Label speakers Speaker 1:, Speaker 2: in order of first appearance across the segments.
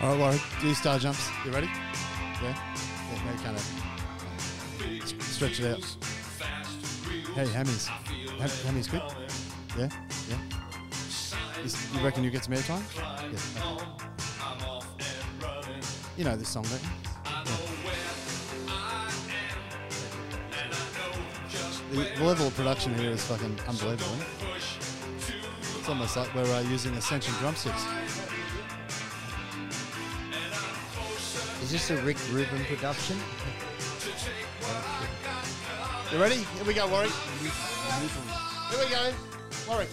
Speaker 1: All right, Warren, do star jumps. You ready? Yeah. Yeah, maybe kind of stretch it out. Hey, hammies. Ham- hammies good? Yeah? Yeah? You, s- you reckon you get some airtime? Yeah. okay. You know this song, don't you? Yeah. The, the level of production here is fucking unbelievable. isn't it? It's almost like we're uh, using Ascension drumsticks.
Speaker 2: Is this a Rick Rubin production?
Speaker 1: You ready? Here we go, Warwick. Here we go, Warwick.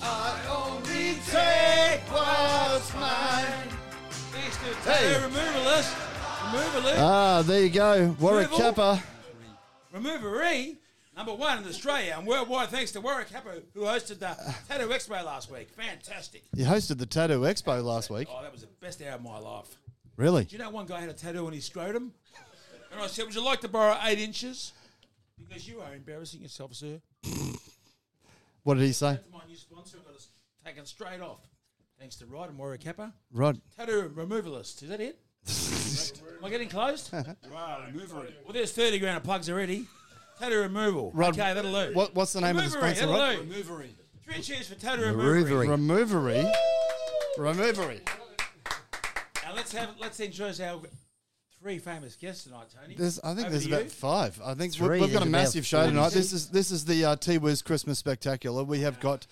Speaker 1: I only take what's mine.
Speaker 3: Hey, removalist, removalist,
Speaker 1: Ah, there you go, Warwick
Speaker 3: Removal.
Speaker 1: Kappa.
Speaker 3: removeree, number one in Australia and worldwide thanks to Warwick Capper who hosted the Tattoo Expo last week. Fantastic.
Speaker 1: You hosted the Tattoo Expo last week.
Speaker 3: Oh, that was the best hour of my life.
Speaker 1: Really?
Speaker 3: Do you know one guy had a tattoo on his scrotum? And I said, Would you like to borrow eight inches? Because you are embarrassing yourself, sir.
Speaker 1: What did he say?
Speaker 3: That's my new sponsor. I got it taken straight off. Thanks to Rod and Warwick Kappa.
Speaker 1: Rod.
Speaker 3: Tattoo removalist. Is that it? Am I getting close? wow, remover Well, there's 30 grand of plugs already. Tattoo removal.
Speaker 1: Rod-
Speaker 3: okay, that'll do.
Speaker 1: What, what's the name of the
Speaker 3: Removery,
Speaker 1: sponsor,
Speaker 3: that'll
Speaker 1: Rod?
Speaker 3: do. Three cheers for tattoo removery.
Speaker 2: Roovery.
Speaker 1: Removery. Removery.
Speaker 3: Now let's have let's introduce our three famous guests tonight, Tony.
Speaker 1: There's, I think
Speaker 3: Over
Speaker 1: there's
Speaker 3: to you.
Speaker 1: about five. I think
Speaker 2: Three,
Speaker 1: we we've got
Speaker 2: there's
Speaker 1: a massive
Speaker 2: about
Speaker 1: show
Speaker 2: four.
Speaker 1: tonight. This is this is the uh, T Wiz Christmas Spectacular. We have got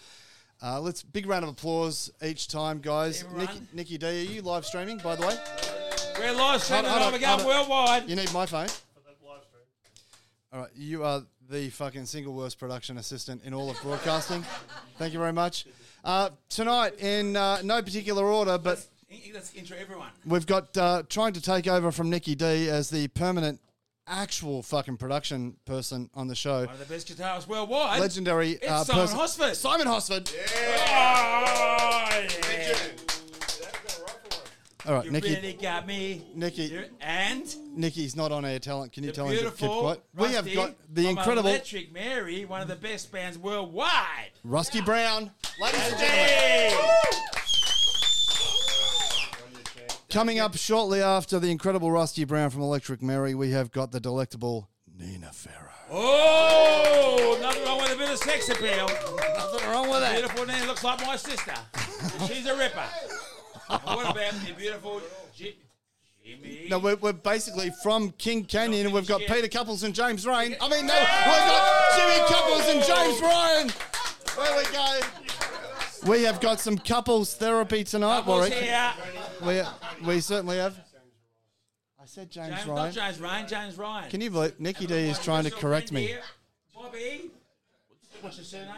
Speaker 1: uh, let's big round of applause each time, guys.
Speaker 3: Everyone.
Speaker 1: Nikki, Nikki D, are you live streaming? By the way,
Speaker 3: We're live streaming
Speaker 1: Hold on,
Speaker 3: over
Speaker 1: hold
Speaker 3: again
Speaker 1: on.
Speaker 3: worldwide.
Speaker 1: you need my phone. All right, you are the fucking single worst production assistant in all of broadcasting. Thank you very much. Uh, tonight, in uh, no particular order, but
Speaker 3: Let's intro everyone.
Speaker 1: We've got uh, trying to take over from Nikki D as the permanent, actual fucking production person on the show.
Speaker 3: One of the best guitarists worldwide.
Speaker 1: Legendary
Speaker 3: It's
Speaker 1: uh,
Speaker 3: Simon
Speaker 1: person.
Speaker 3: Hosford.
Speaker 1: Simon Hosford.
Speaker 3: Oh, yeah.
Speaker 1: All right,
Speaker 3: You
Speaker 1: Nikki.
Speaker 3: really got me.
Speaker 1: Nikki.
Speaker 3: You're- and
Speaker 1: Nikky's not on air talent. Can you
Speaker 3: the
Speaker 1: tell him to keep
Speaker 3: beautiful
Speaker 1: quiet? we have
Speaker 3: Rusty
Speaker 1: got the
Speaker 3: from
Speaker 1: incredible
Speaker 3: Electric Mary, one of the best bands worldwide.
Speaker 1: Rusty Brown. Ladies and gentlemen,
Speaker 3: Hey.
Speaker 1: coming up shortly after the incredible Rusty Brown from Electric Mary, we have got the delectable Nina Farrow.
Speaker 3: Oh, nothing wrong with a bit of sex appeal.
Speaker 1: Nothing wrong with that.
Speaker 3: Beautiful name looks like my sister. She's a ripper. And what about the beautiful Jim, Jimmy?
Speaker 1: No, we're, we're basically from King Canyon. and We've got
Speaker 3: Yeah.
Speaker 1: Peter Couples and James Rain. I mean, no, we've got Jimmy Couples and James Rain. There we go. We have got some couples therapy tonight,
Speaker 3: Couples
Speaker 1: Warwick.
Speaker 3: here.
Speaker 1: We, we certainly have. I said James,
Speaker 3: James,
Speaker 1: Ryan.
Speaker 3: not James Ryan, James Ryan.
Speaker 1: Can you believe Nikki D is trying to correct me?
Speaker 3: Bobby, what's your surname?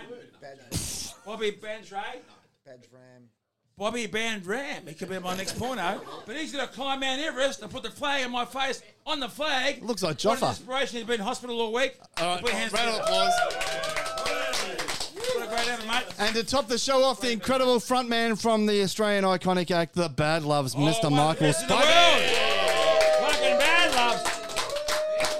Speaker 3: Bobby Bandray.
Speaker 2: Badge Ram.
Speaker 3: Bobby Bandram. He could be my next porno. But he's going to climb Mount Everest and put the flag in my face on the flag.
Speaker 1: Looks like
Speaker 3: What an
Speaker 1: Joffa.
Speaker 3: inspiration. He's been in hospital all week.
Speaker 1: All
Speaker 3: Put your
Speaker 1: right,
Speaker 3: hands
Speaker 1: round of
Speaker 3: together.
Speaker 1: applause.
Speaker 3: What a great effort, mate.
Speaker 1: And to top the show off, the incredible frontman from the Australian iconic act, The Bad Loves, Mr.
Speaker 3: Oh, one of the
Speaker 1: Michael
Speaker 3: best in the world.
Speaker 1: Stipe.
Speaker 3: Fucking bad, loves.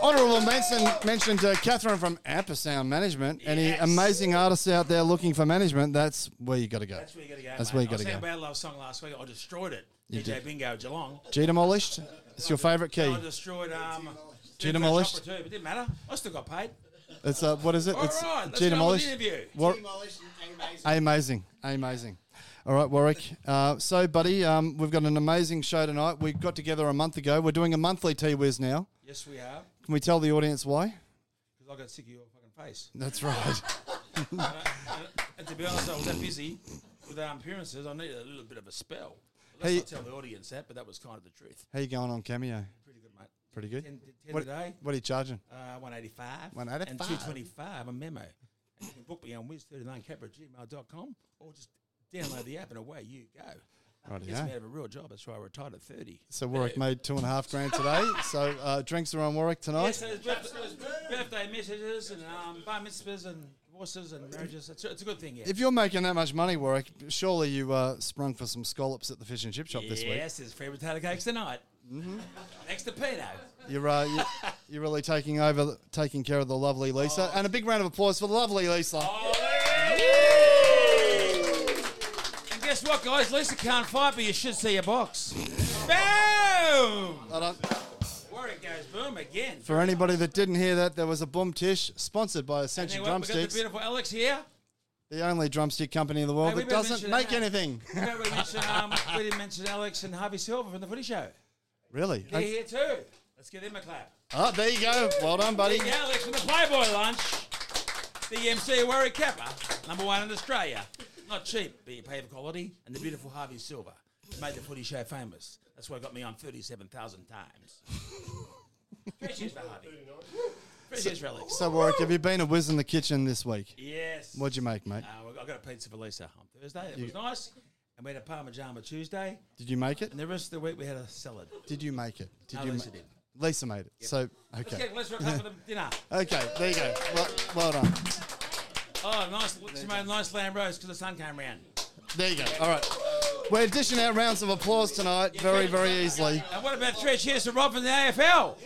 Speaker 1: Honourable mention mentioned uh, Catherine from Ampersound Management. Any
Speaker 3: Yes.
Speaker 1: amazing artists out there looking for management? That's where you got to go.
Speaker 3: That's where you got to go.
Speaker 1: That's
Speaker 3: mate.
Speaker 1: where you
Speaker 3: I
Speaker 1: gotta
Speaker 3: sang
Speaker 1: go.
Speaker 3: a bad love song last week. I destroyed it. DJ
Speaker 1: did.
Speaker 3: Bingo Geelong.
Speaker 1: G demolished. It's your favourite key.
Speaker 3: I destroyed um.
Speaker 1: Gee,
Speaker 3: Super
Speaker 1: demolished.
Speaker 3: Chopper too, but it didn't matter. I still got paid.
Speaker 1: It's uh, what is it?
Speaker 3: All
Speaker 1: It's
Speaker 3: right, let's
Speaker 1: G
Speaker 3: go with
Speaker 1: demolished.
Speaker 3: the interview.
Speaker 1: War- amazing, amazing. All right, Warwick. Uh, so, buddy, um, we've got an amazing show tonight. We got together a month ago. We're doing a monthly T Wiz now.
Speaker 3: Yes, we are.
Speaker 1: Can we tell the audience why?
Speaker 3: Because I got sick of your fucking face.
Speaker 1: That's right.
Speaker 3: And, and to be honest, I was that busy with our appearances. I needed a little bit of a spell. Let's
Speaker 1: Hey-
Speaker 3: not tell the audience that, but that was kind of the truth.
Speaker 1: How you going on Cameo?
Speaker 3: Pretty good, mate.
Speaker 1: Pretty good.
Speaker 3: Ten, ten
Speaker 1: What,
Speaker 3: today,
Speaker 1: what are you charging?
Speaker 3: uh, 185.
Speaker 1: 185.
Speaker 3: And 225, a memo. And you can book me on wiz39cap.gmail.com or just download the app and away you go.
Speaker 1: Right,
Speaker 3: Gets me out of a real job. That's why I retired at 30.
Speaker 1: So Warwick made two and a half grand today. So uh, drinks are on Warwick tonight.
Speaker 3: Yes, there's birth- there's birthday messages and um, bar mitzvahs and divorces and marriages. It's a, it's a good thing, yeah.
Speaker 1: If you're making that much money, Warwick, surely you uh, sprung for some scallops at the fish and chip shop this week. Mm-hmm.
Speaker 3: Yes, there's free potato cakes tonight. Next to Pino.
Speaker 1: You're uh, you, you're really taking over, the- taking care of the lovely Lisa,
Speaker 3: Oh.
Speaker 1: and a big round of applause for the lovely Lisa.
Speaker 3: And guess Guess what, guys? Lisa can't fight, but you should see a box. Boom!
Speaker 1: Hold on.
Speaker 3: Where it goes, boom again.
Speaker 1: For anybody that didn't hear that, there was a Boom Tish sponsored by
Speaker 3: And
Speaker 1: Ascension
Speaker 3: then what, we got the
Speaker 1: Drumsticks,
Speaker 3: beautiful Alex here.
Speaker 1: the only drumstick company in the world
Speaker 3: Hey, we
Speaker 1: that
Speaker 3: better
Speaker 1: doesn't
Speaker 3: mention
Speaker 1: make
Speaker 3: that.
Speaker 1: anything.
Speaker 3: We don't really mention, um, we didn't mention Alex and Harvey Silver from the Footy Show.
Speaker 1: Really?
Speaker 3: They're here too. Let's give them a clap.
Speaker 1: Oh, there you go. Well done, buddy.
Speaker 3: Big Alex from the Playboy Lunch. DMC Warwick Kappa, number one in Australia. Not cheap, but you pay for quality. And the beautiful Harvey Silver made the footy show famous. That's why it got me on 37,000 times. Fresh years for Harvey. Fresh years for Alex.
Speaker 1: So, Warwick, have you been a whiz in the kitchen this week?
Speaker 3: Yes.
Speaker 1: What'd you make, mate?
Speaker 3: Uh, I got a pizza for Lisa on Thursday. It was nice. And we had a Parmigiana Tuesday.
Speaker 1: Did you make it?
Speaker 3: And the rest of the week we had a salad.
Speaker 1: Did you make it? Did
Speaker 3: No,
Speaker 1: you
Speaker 3: Lisa
Speaker 1: ma-
Speaker 3: did.
Speaker 1: Lisa made it. So,
Speaker 3: Let's
Speaker 1: okay.
Speaker 3: get let's rock up for the dinner.
Speaker 1: Okay, there you go. Well, well done.
Speaker 3: Oh, nice. She made a nice lamb roast because the sun came round.
Speaker 1: There you go. All right. We're dishing out rounds of applause tonight very, very easily.
Speaker 3: And what about three cheers to Rob from the AFL?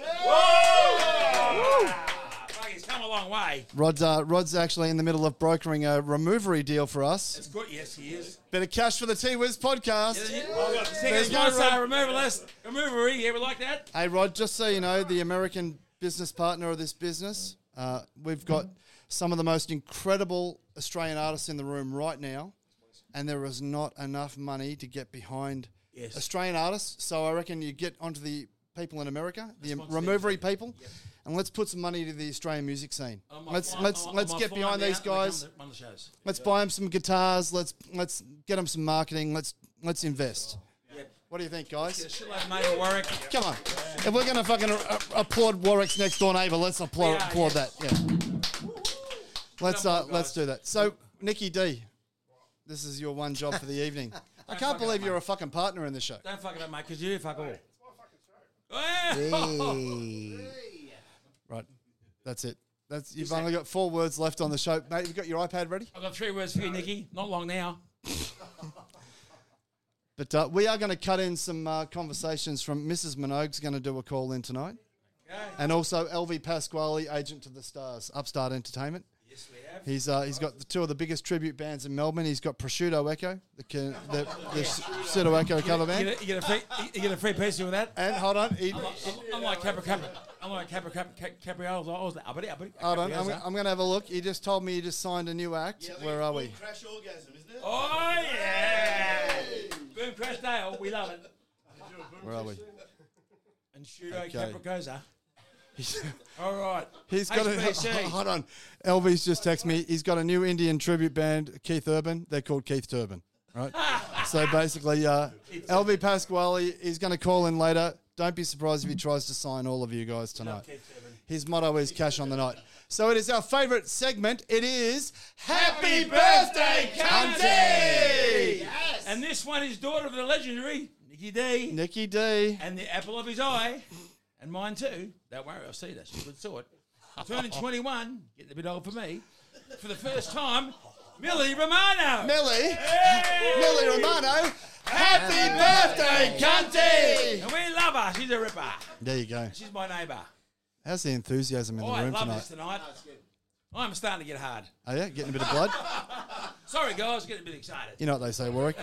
Speaker 3: Woo! Fuck, He's come a long way.
Speaker 1: Rod's, uh, Rod's actually in the middle of brokering a removery deal for us.
Speaker 3: It's good. Yes, he is.
Speaker 1: Bit of cash for the T Wiz podcast.
Speaker 3: Second
Speaker 1: you go,
Speaker 3: sponsor,
Speaker 1: Rob.
Speaker 3: remember last, remember yeah, we like that.
Speaker 1: Hey, Rod, just so you know, the American business partner of this business, uh, we've got some of the most incredible Australian artists in the room right now, and there is not enough money to get behind
Speaker 3: Yes.
Speaker 1: Australian artists. So I reckon you get onto the people in America, the
Speaker 3: Sponsor them.
Speaker 1: removery people, and let's put some money to the Australian music scene.
Speaker 3: I'm a-
Speaker 1: Let's
Speaker 3: I'm a-
Speaker 1: let's
Speaker 3: I'm a-
Speaker 1: let's
Speaker 3: I'm a
Speaker 1: get
Speaker 3: fly
Speaker 1: behind
Speaker 3: now,
Speaker 1: these
Speaker 3: and they come
Speaker 1: guys.
Speaker 3: to One of the shows.
Speaker 1: Let's buy them some guitars. Let's let's get them some marketing. Let's let's invest.
Speaker 3: Yep.
Speaker 1: What do you think,
Speaker 3: Get a
Speaker 1: guys?
Speaker 3: shitload of money to Warwick.
Speaker 1: Come on. If we're going to fucking uh, applaud Warwick's next door neighbour, let's applaud,
Speaker 3: Yeah,
Speaker 1: applaud that. Yeah. Let's
Speaker 3: Come on,
Speaker 1: uh, let's
Speaker 3: guys.
Speaker 1: do that. So, Nikki D, this is your one job for the evening. I
Speaker 3: fuck
Speaker 1: can't
Speaker 3: it
Speaker 1: believe
Speaker 3: up,
Speaker 1: you're a fucking partner in this show.
Speaker 3: Don't fuck it up, mate, because you do fuck all. Wow.
Speaker 2: Hey.
Speaker 1: Right. That's it. That's you've only got four words left on the show, mate. You've got your iPad ready,
Speaker 3: I've got three words for you, Nikki. Not long now.
Speaker 1: but uh, we are going to cut in some uh, conversations from Mrs. Minogue's going to do a call in tonight, and also LV Pasquale, agent to the stars, Upstart Entertainment.
Speaker 3: Yes, we have.
Speaker 1: He's uh, he's got the, two of the biggest tribute bands in Melbourne. He's got Prosciutto Echo, the ca- the, the pseudo Echo cover
Speaker 3: You
Speaker 1: band,
Speaker 3: get, a, you, get a free, you get a free pizza with that?
Speaker 1: and hold on, he, hold
Speaker 3: I'm like Capri Capri. I'm like Capri Capri. Capri- Capri. I was like, I was like, I bet- I bet-
Speaker 1: on. I'm,
Speaker 3: Caprioza.
Speaker 1: I'm going to have a look. He just told me he just signed a new act. Where are we?
Speaker 4: Crash orgasm, isn't it?
Speaker 3: Oh yeah! Boom Crash Dale, Oh, we love it.
Speaker 1: Where are we?
Speaker 3: And Shudo
Speaker 1: Okay.
Speaker 3: Capricosa. All right.
Speaker 1: He's got a
Speaker 3: HBC.
Speaker 1: hold on. Elvis just texted me. He's got a new Indian tribute band, Keith Urban. They're called Keith Turban. Right. so basically, uh, LV Pasquale is going to call in later. Don't be surprised if he tries to sign all of you guys tonight.
Speaker 3: Keith Urban.
Speaker 1: His motto is cash on the night. So it is our favourite segment. It is Happy
Speaker 3: Birthday,
Speaker 1: Cunty!
Speaker 3: And this one is daughter of the legendary Nikki D.
Speaker 1: Nikki D.
Speaker 3: and the apple of his eye, and mine too. Don't worry, I'll see that. She's a good sort. Turning 21, getting a bit old for me. For the first time, Millie Romano.
Speaker 1: Millie.
Speaker 3: Hey!
Speaker 1: Millie Romano. Happy Birthday Cunty!
Speaker 3: And we love her. She's a ripper.
Speaker 1: There you go.
Speaker 3: She's my neighbour.
Speaker 1: How's the enthusiasm in
Speaker 3: Oh,
Speaker 1: the
Speaker 3: I
Speaker 1: room
Speaker 3: love
Speaker 1: tonight?
Speaker 3: this tonight. I'm starting to get hard.
Speaker 1: Oh, yeah, getting a bit of blood.
Speaker 3: Sorry, guys, getting a bit excited.
Speaker 1: You know what they say, Warwick.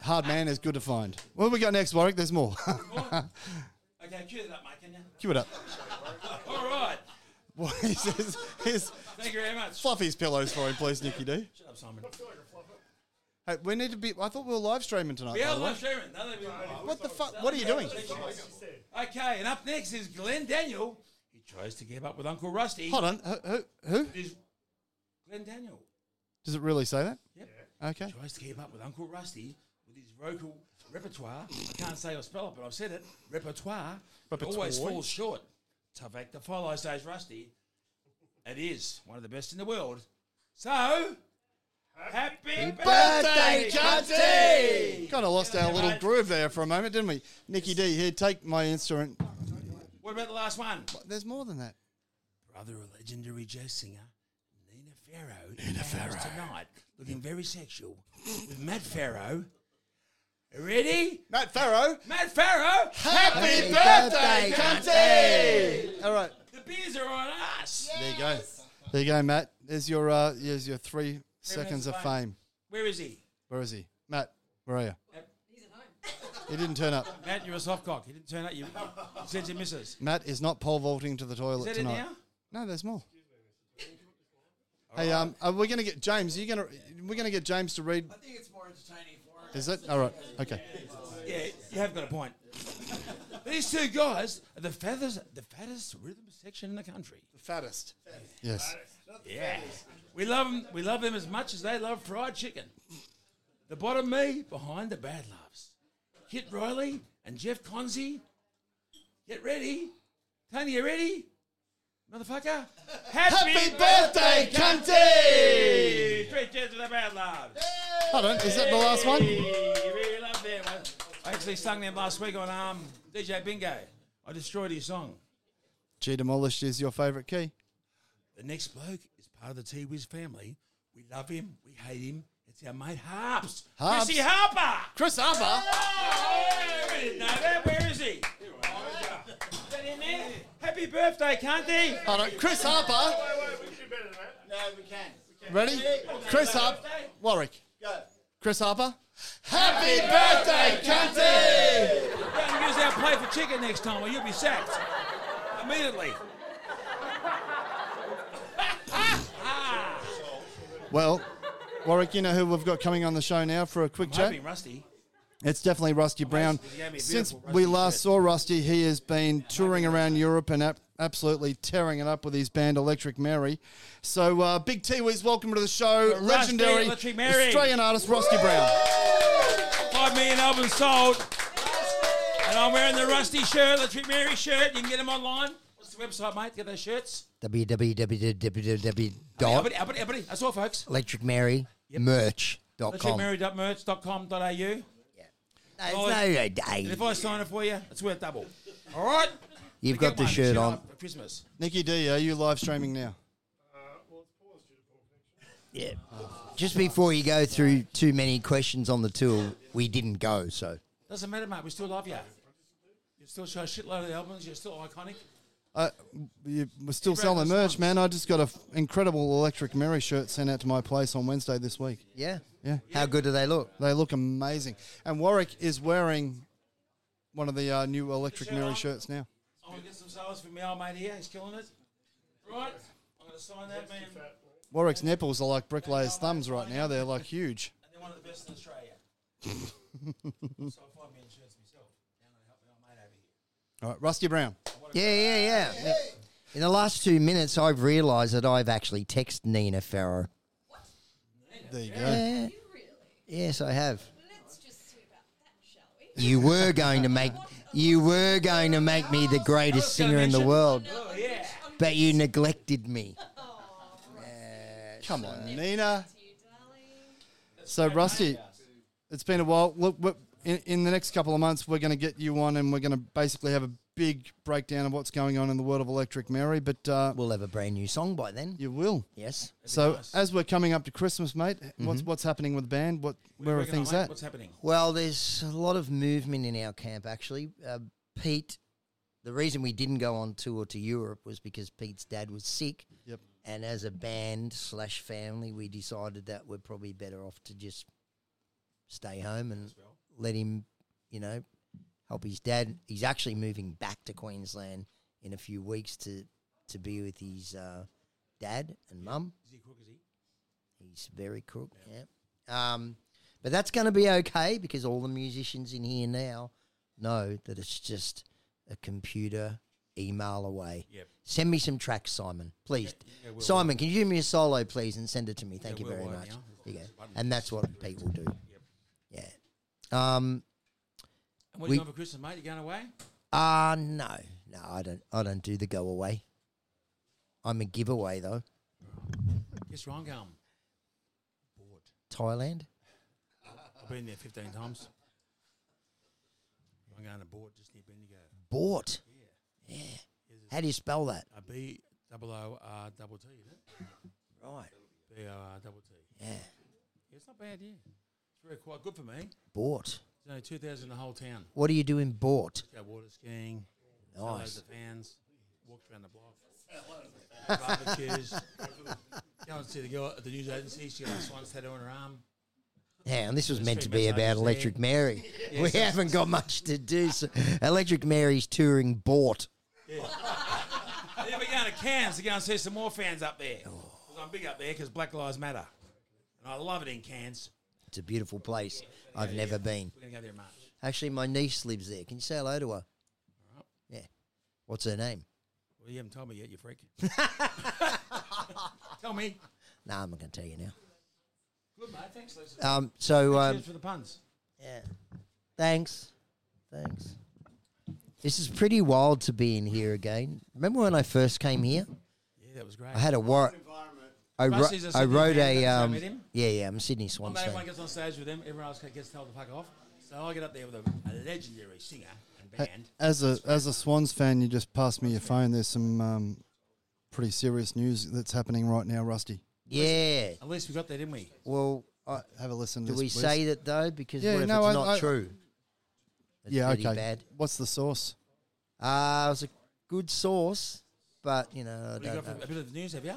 Speaker 1: Hard man is good to find. What have we got next, Warwick? There's more.
Speaker 3: Okay, cue that up, mate, can you?
Speaker 1: Cue it up.
Speaker 3: All right.
Speaker 1: Well, he says, here's
Speaker 3: Thank you very much. Shut
Speaker 1: fluff his pillows for him, please, Nikki D.
Speaker 3: up, Simon.
Speaker 1: Hey, we need to be. I thought we were live streaming tonight.
Speaker 3: We
Speaker 1: by
Speaker 3: are
Speaker 1: the way.
Speaker 3: live streaming. No, they've been-
Speaker 1: What the fuck? What are you doing?
Speaker 3: Okay, and up next is Glenn Daniel. He tries to give up with Uncle Rusty.
Speaker 1: Hold on. Who? Who? who?
Speaker 3: Is Glenn Daniel.
Speaker 1: Does it really say that?
Speaker 3: Yep.
Speaker 1: Okay.
Speaker 3: Tries to keep up with Uncle Rusty with his vocal repertoire. I can't say or spell it, but I've said it. Repertoire. But always
Speaker 1: Repertoire?
Speaker 3: falls short. Tough act to follow, says Rusty. It is one of the best in the world. So, happy birthday, Cunty!
Speaker 1: Kind of lost our little groove there for a moment, didn't we? Nikki D, here, take my instrument.
Speaker 3: What about the last one?
Speaker 1: There's more than that.
Speaker 3: Brother of legendary jazz singer Nina Farrow. Nina Farrow. Tonight, looking very sexual with Matt Farrow. Ready?
Speaker 1: Matt Farrow.
Speaker 3: Matt Farrow!
Speaker 1: Happy
Speaker 2: birthday,
Speaker 1: Cunty! All right.
Speaker 3: The beers are on us!
Speaker 1: There you go. There you go, Matt. There's your uh, there's your three seconds of
Speaker 3: minutes of
Speaker 1: fame.
Speaker 3: Where is he?
Speaker 1: Where is he, Matt? Where are you?
Speaker 4: He's at home.
Speaker 1: He didn't turn up.
Speaker 3: Matt, you're a soft cock. You didn't turn up. You you said you missus.
Speaker 1: Matt is not pole vaulting to the
Speaker 3: Is
Speaker 1: toilet
Speaker 3: that it
Speaker 1: tonight.
Speaker 3: now?
Speaker 1: No, there's more. Hey, um, are we going to get James? Are you going to? We're going to get James to read.
Speaker 5: I think it's more entertaining for us.
Speaker 1: Is it all right? Okay.
Speaker 3: Yeah, you have got a point. These two guys are the fattest, the fattest rhythm section in the country.
Speaker 1: Fattest. Yes.
Speaker 3: Yeah. We love them. We love them as much as they love fried chicken. The bottom me behind the bad loves. Kit Riley and Jeff Conzi. Get ready. Tony, you ready? Motherfucker. Happy,
Speaker 1: Happy birthday, cunty!
Speaker 3: Three cheers for the bad loves.
Speaker 1: Hold on. Is that the last one?
Speaker 3: Hey, really love them. I- I actually sung them last week on um, DJ Bingo. I destroyed his song.
Speaker 1: G demolished is your favourite key.
Speaker 3: The next bloke is part of the T Wiz family. We love him. We hate him. It's our mate Harps.
Speaker 1: Harps.
Speaker 3: Chrissy Harper.
Speaker 1: Chris Harper.
Speaker 3: Oh, we didn't know that. Where is he? Is that in there? Happy birthday, Cunty.
Speaker 1: Hold on. Chris Harper.
Speaker 5: No, we can. We can.
Speaker 1: Ready? Chris Harper. Warwick.
Speaker 5: Go.
Speaker 1: Chris Harper. Happy birthday, cunty!
Speaker 3: Don't use our play for chicken next time or you'll be sacked. Immediately.
Speaker 1: Well, Warwick, you know who we've got coming on the show now for a quick
Speaker 3: I'm
Speaker 1: chat?
Speaker 3: hoping Rusty.
Speaker 1: It's definitely Rusty Brown.
Speaker 3: he gave me a
Speaker 1: Since
Speaker 3: beautiful
Speaker 1: we
Speaker 3: Rusty
Speaker 1: last
Speaker 3: shirt.
Speaker 1: saw Rusty, he has been touring around Europe and ab- absolutely tearing it up with his band Electric Mary. So, uh, Big Tiwis, welcome to the show,
Speaker 3: Rusty,
Speaker 1: legendary
Speaker 3: Electric Mary.
Speaker 1: Australian artist Rusty Brown.
Speaker 3: Five million albums sold. And I'm wearing the Rusty shirt, the Trick Mary shirt. You can get them online. What's the website, mate, to get those shirts?
Speaker 2: www
Speaker 3: Oh.
Speaker 2: dot
Speaker 3: Everybody, everybody, everybody. That's all, folks.
Speaker 2: electricmarymerch.com.
Speaker 3: LetrickMary.merch.com.au. And
Speaker 2: There's
Speaker 3: Oh,
Speaker 2: no day.
Speaker 3: if I sign it for you, it's worth double. All right?
Speaker 2: You've
Speaker 3: Get
Speaker 2: got the
Speaker 3: one,
Speaker 2: shirt on.
Speaker 3: up for Christmas.
Speaker 1: Nikki D, are you live streaming now?
Speaker 2: Yeah. Just before you go through too many questions on the tour, we didn't go, so.
Speaker 3: Doesn't matter, mate. We still love you. You still show a shitload of albums. You're still iconic.
Speaker 1: Uh, you, we're still
Speaker 3: Keep
Speaker 1: selling the
Speaker 3: writing
Speaker 1: merch,
Speaker 3: songs.
Speaker 1: man. I just got an incredible Electric Mary shirt sent out to my place on Wednesday this week.
Speaker 2: Yeah.
Speaker 1: Yeah.
Speaker 2: How good do they look?
Speaker 1: They look amazing. And Warwick is wearing one of the uh, new Electric
Speaker 3: Shirt
Speaker 1: Mary
Speaker 3: on.
Speaker 1: shirts now.
Speaker 3: I'm going to get some sales for my old mate here. He's killing it. Right? I'm going to sign that, man. And
Speaker 1: Warwick's nipples are like bricklayer's thumbs right now. They're like huge.
Speaker 3: they're one of the best in Australia. so I find me in shirts myself. Yeah, I'm going to help my old mate over here.
Speaker 1: All right, Rusty Brown.
Speaker 2: Yeah, yeah, yeah. In the last two minutes, I've realised that I've actually texted Nina Farrow.
Speaker 1: There you go.
Speaker 2: Yeah.
Speaker 4: You really?
Speaker 2: Yes, I have.
Speaker 4: Let's just sweep up that, shall we?
Speaker 2: You were going to make you were going to make me the greatest singer in the world,
Speaker 3: Oh, yeah.
Speaker 2: but you neglected me.
Speaker 1: Come on, Nina.
Speaker 4: You darling.
Speaker 1: So, Rusty, it's been a while. Look, we're- in, in the next couple of months, we're going to get you on and we're going to basically have a big breakdown of what's going on in the world of Electric Mary, but uh,
Speaker 2: We'll have a brand new song by then.
Speaker 1: you will.
Speaker 2: Yes.
Speaker 1: So, as we're coming up to Christmas, mate, what's what's happening with the band? What where are
Speaker 3: Reckon,
Speaker 1: things
Speaker 3: mate,
Speaker 1: at?
Speaker 3: What's happening?
Speaker 2: Well, there's a lot of movement in our camp actually. Uh, Pete, the reason we didn't go on tour to Europe was because Pete's dad was sick.
Speaker 1: Yep.
Speaker 2: And as a band slash family, we decided that we're probably better off to just stay home and let him, you know, help his dad. He's actually moving back to Queensland in a few weeks to to be with his uh, dad and mum.
Speaker 3: Is he crook? Is he?
Speaker 2: He's very crook. Yeah. Um, but that's going to be okay because all the musicians in here now know that it's just a computer email away.
Speaker 3: Yep.
Speaker 2: Send me some tracks, Simon, please.
Speaker 3: yeah, we'll-
Speaker 2: Simon, can you do me a solo, please, and send it to me? Thank
Speaker 3: Yeah,
Speaker 2: you very
Speaker 3: we'll, uh,
Speaker 2: much.
Speaker 3: yeah.
Speaker 2: There you go. And that's what Pete will do. Yeah. Um.
Speaker 3: And what are
Speaker 2: We-
Speaker 3: you doing for Christmas, mate? You going away?
Speaker 2: Ah, no, no, I don't. I don't do the go away. I'm a giveaway though.
Speaker 3: Yes, wrong gum.
Speaker 2: Thailand.
Speaker 3: I've been there 15 times. I'm going to board just near Bendigo.
Speaker 2: Bought. Yeah. How do you spell that?
Speaker 3: A Uh, B double O R double T, isn't it?
Speaker 2: Right.
Speaker 3: B O R double T.
Speaker 2: Yeah.
Speaker 3: Yeah, it's not bad, yeah. It's really quite good for me. There's
Speaker 2: Bought.
Speaker 3: only 2,000 in the whole town.
Speaker 2: What are you doing? Bought.
Speaker 3: Go water skiing.
Speaker 2: Nice.
Speaker 3: The fans. Walked around the block. Barbecues. go and see the girl at the news agency. She got a swan's tattoo on her arm.
Speaker 2: Yeah, and this was meant to
Speaker 6: pretty
Speaker 2: be
Speaker 6: much
Speaker 2: about
Speaker 6: overstayed.
Speaker 2: Electric Mary. we haven't got much to do. So Electric Mary's touring bought.
Speaker 3: Yeah, we're going to Cairns to go and see some more fans up there.
Speaker 2: Oh.
Speaker 3: 'Cause I'm big up there because Black Lives Matter. And I love it in Cairns.
Speaker 2: It's a beautiful place. I've never been.
Speaker 3: We're going to go there in March.
Speaker 2: Actually, my niece lives there. Can you say hello to her? Yeah. What's her name?
Speaker 3: Well, you haven't told me yet, you freak. Tell me.
Speaker 2: No, I'm not going to tell you now.
Speaker 3: Good, mate. Thanks, Lisa.
Speaker 2: Um, so, um,
Speaker 3: Cheers for the puns.
Speaker 2: yeah. Thanks. Thanks. This is pretty wild to be in here again. Remember when I first came here?
Speaker 3: Yeah, that was great.
Speaker 2: I had a war.
Speaker 5: Environment.
Speaker 2: I, ro-
Speaker 3: Rusty's a
Speaker 2: I
Speaker 3: Sydney
Speaker 2: wrote
Speaker 3: fan,
Speaker 2: a.
Speaker 3: that's how I
Speaker 2: Um,
Speaker 3: met him.
Speaker 2: yeah, yeah, I'm Sydney
Speaker 3: One day everyone
Speaker 2: Swanstone.
Speaker 3: gets on stage with them, everyone else gets told to fuck off. So I get up there with a, a legendary singer and band.
Speaker 1: As a as a Swans fan, you just passed me your phone. There's some um, pretty serious news that's happening right now, Rusty. Uh,
Speaker 2: Yeah.
Speaker 3: At least we got there, didn't we?
Speaker 2: Well, I,
Speaker 1: Have a listen.
Speaker 2: do
Speaker 1: to
Speaker 2: we
Speaker 1: this, please.
Speaker 2: say that though? Because
Speaker 1: Yeah,
Speaker 2: what if
Speaker 1: no,
Speaker 2: it's
Speaker 1: I-
Speaker 2: not
Speaker 1: I-
Speaker 2: true? It's
Speaker 1: Yeah,
Speaker 2: pretty
Speaker 1: okay.
Speaker 2: bad.
Speaker 1: What's the source?
Speaker 2: Uh, it was a good source, but you know, I
Speaker 3: What have you
Speaker 2: don't
Speaker 3: got from,
Speaker 2: know.
Speaker 3: a bit of the news, have you?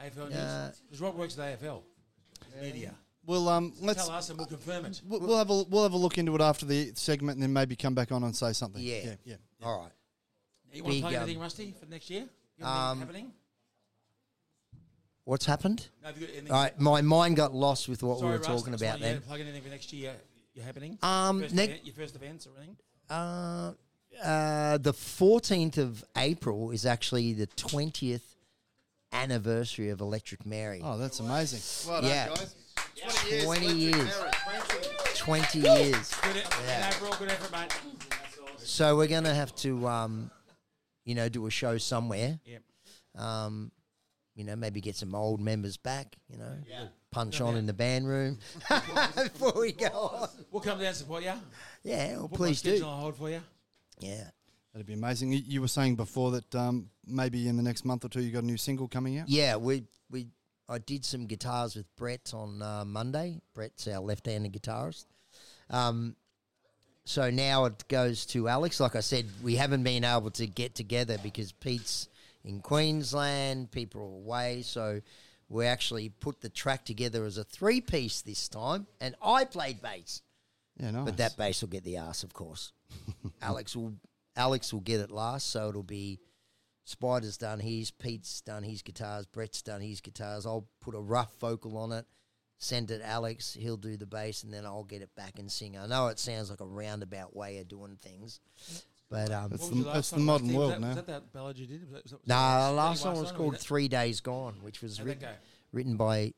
Speaker 3: AFL
Speaker 2: Yeah.
Speaker 3: news. Because Rob works at AFL. Media.
Speaker 1: Well, um, let's
Speaker 3: Tell us and we'll confirm it.
Speaker 1: we'll, we'll have a we'll have a look into it after the segment, and then maybe come back on and say something.
Speaker 2: Yeah.
Speaker 1: yeah, yeah.
Speaker 2: All right.
Speaker 3: You want
Speaker 2: Big,
Speaker 3: to plug
Speaker 2: um,
Speaker 3: anything, Rusty, for next year? You got
Speaker 2: Um,
Speaker 3: anything happening?
Speaker 2: What's happened?
Speaker 3: No, have you got anything?
Speaker 2: All right, my mind got lost with what
Speaker 3: Sorry,
Speaker 2: we were
Speaker 3: Russ,
Speaker 2: talking
Speaker 3: that's
Speaker 2: about
Speaker 3: fine. You had
Speaker 2: then.
Speaker 3: to plug anything for next year? You're happening?
Speaker 2: Um,
Speaker 3: First
Speaker 2: nec-
Speaker 3: event- your first events or anything?
Speaker 2: Uh, uh, the 14th of April is actually the 20th anniversary of Electric Mary.
Speaker 1: Oh, that's amazing.
Speaker 5: Well
Speaker 2: Yeah.
Speaker 5: done, guys. 20 years.
Speaker 2: 20
Speaker 5: Electric
Speaker 2: years.
Speaker 5: Mary, 20 years.
Speaker 2: 20 years.
Speaker 3: Good, e-
Speaker 2: Yeah.
Speaker 3: an overall good effort, mate.
Speaker 2: So we're going to have to, um, you know, do a show somewhere.
Speaker 3: Yeah.
Speaker 2: Um, you know, maybe get some old members back, you know, punch on in the band room before we go on.
Speaker 3: We'll come down and support you.
Speaker 2: Yeah, well,
Speaker 3: Put
Speaker 2: please
Speaker 3: my schedule
Speaker 2: do.
Speaker 3: on hold for you.
Speaker 2: Yeah.
Speaker 1: That'd be amazing. You, you were saying before that um, maybe in the next month or two you got a new single coming out.
Speaker 2: Yeah, we we I did some guitars with Brett on uh, Monday. Brett's our left-handed guitarist. Um, so now it goes to Alex. Like I said, we haven't been able to get together because Pete's in Queensland, people are away. So we actually put the track together as a three-piece this time, and I played bass.
Speaker 1: Yeah, nice.
Speaker 2: But that bass will get the ass, of course. Alex will Alex will get it last, so it'll be Spider's done his, Pete's done his guitars, Brett's done his guitars. I'll put a rough vocal on it, send it Alex, he'll do the bass, and then I'll get it back and sing. I know it sounds like a roundabout way of doing things, but um,
Speaker 1: That's
Speaker 3: What
Speaker 1: the-
Speaker 3: was your last
Speaker 1: the
Speaker 3: song,
Speaker 1: modern
Speaker 3: Rusty?
Speaker 1: world
Speaker 3: was that,
Speaker 1: now.
Speaker 3: Was that that ballad you did? Was that- was that-
Speaker 2: no,
Speaker 3: was that
Speaker 2: the last
Speaker 3: White
Speaker 2: song was
Speaker 3: Swan,
Speaker 2: called
Speaker 3: that-
Speaker 2: Three Days Gone, which was
Speaker 3: How'd that
Speaker 2: written,
Speaker 3: go?
Speaker 2: written by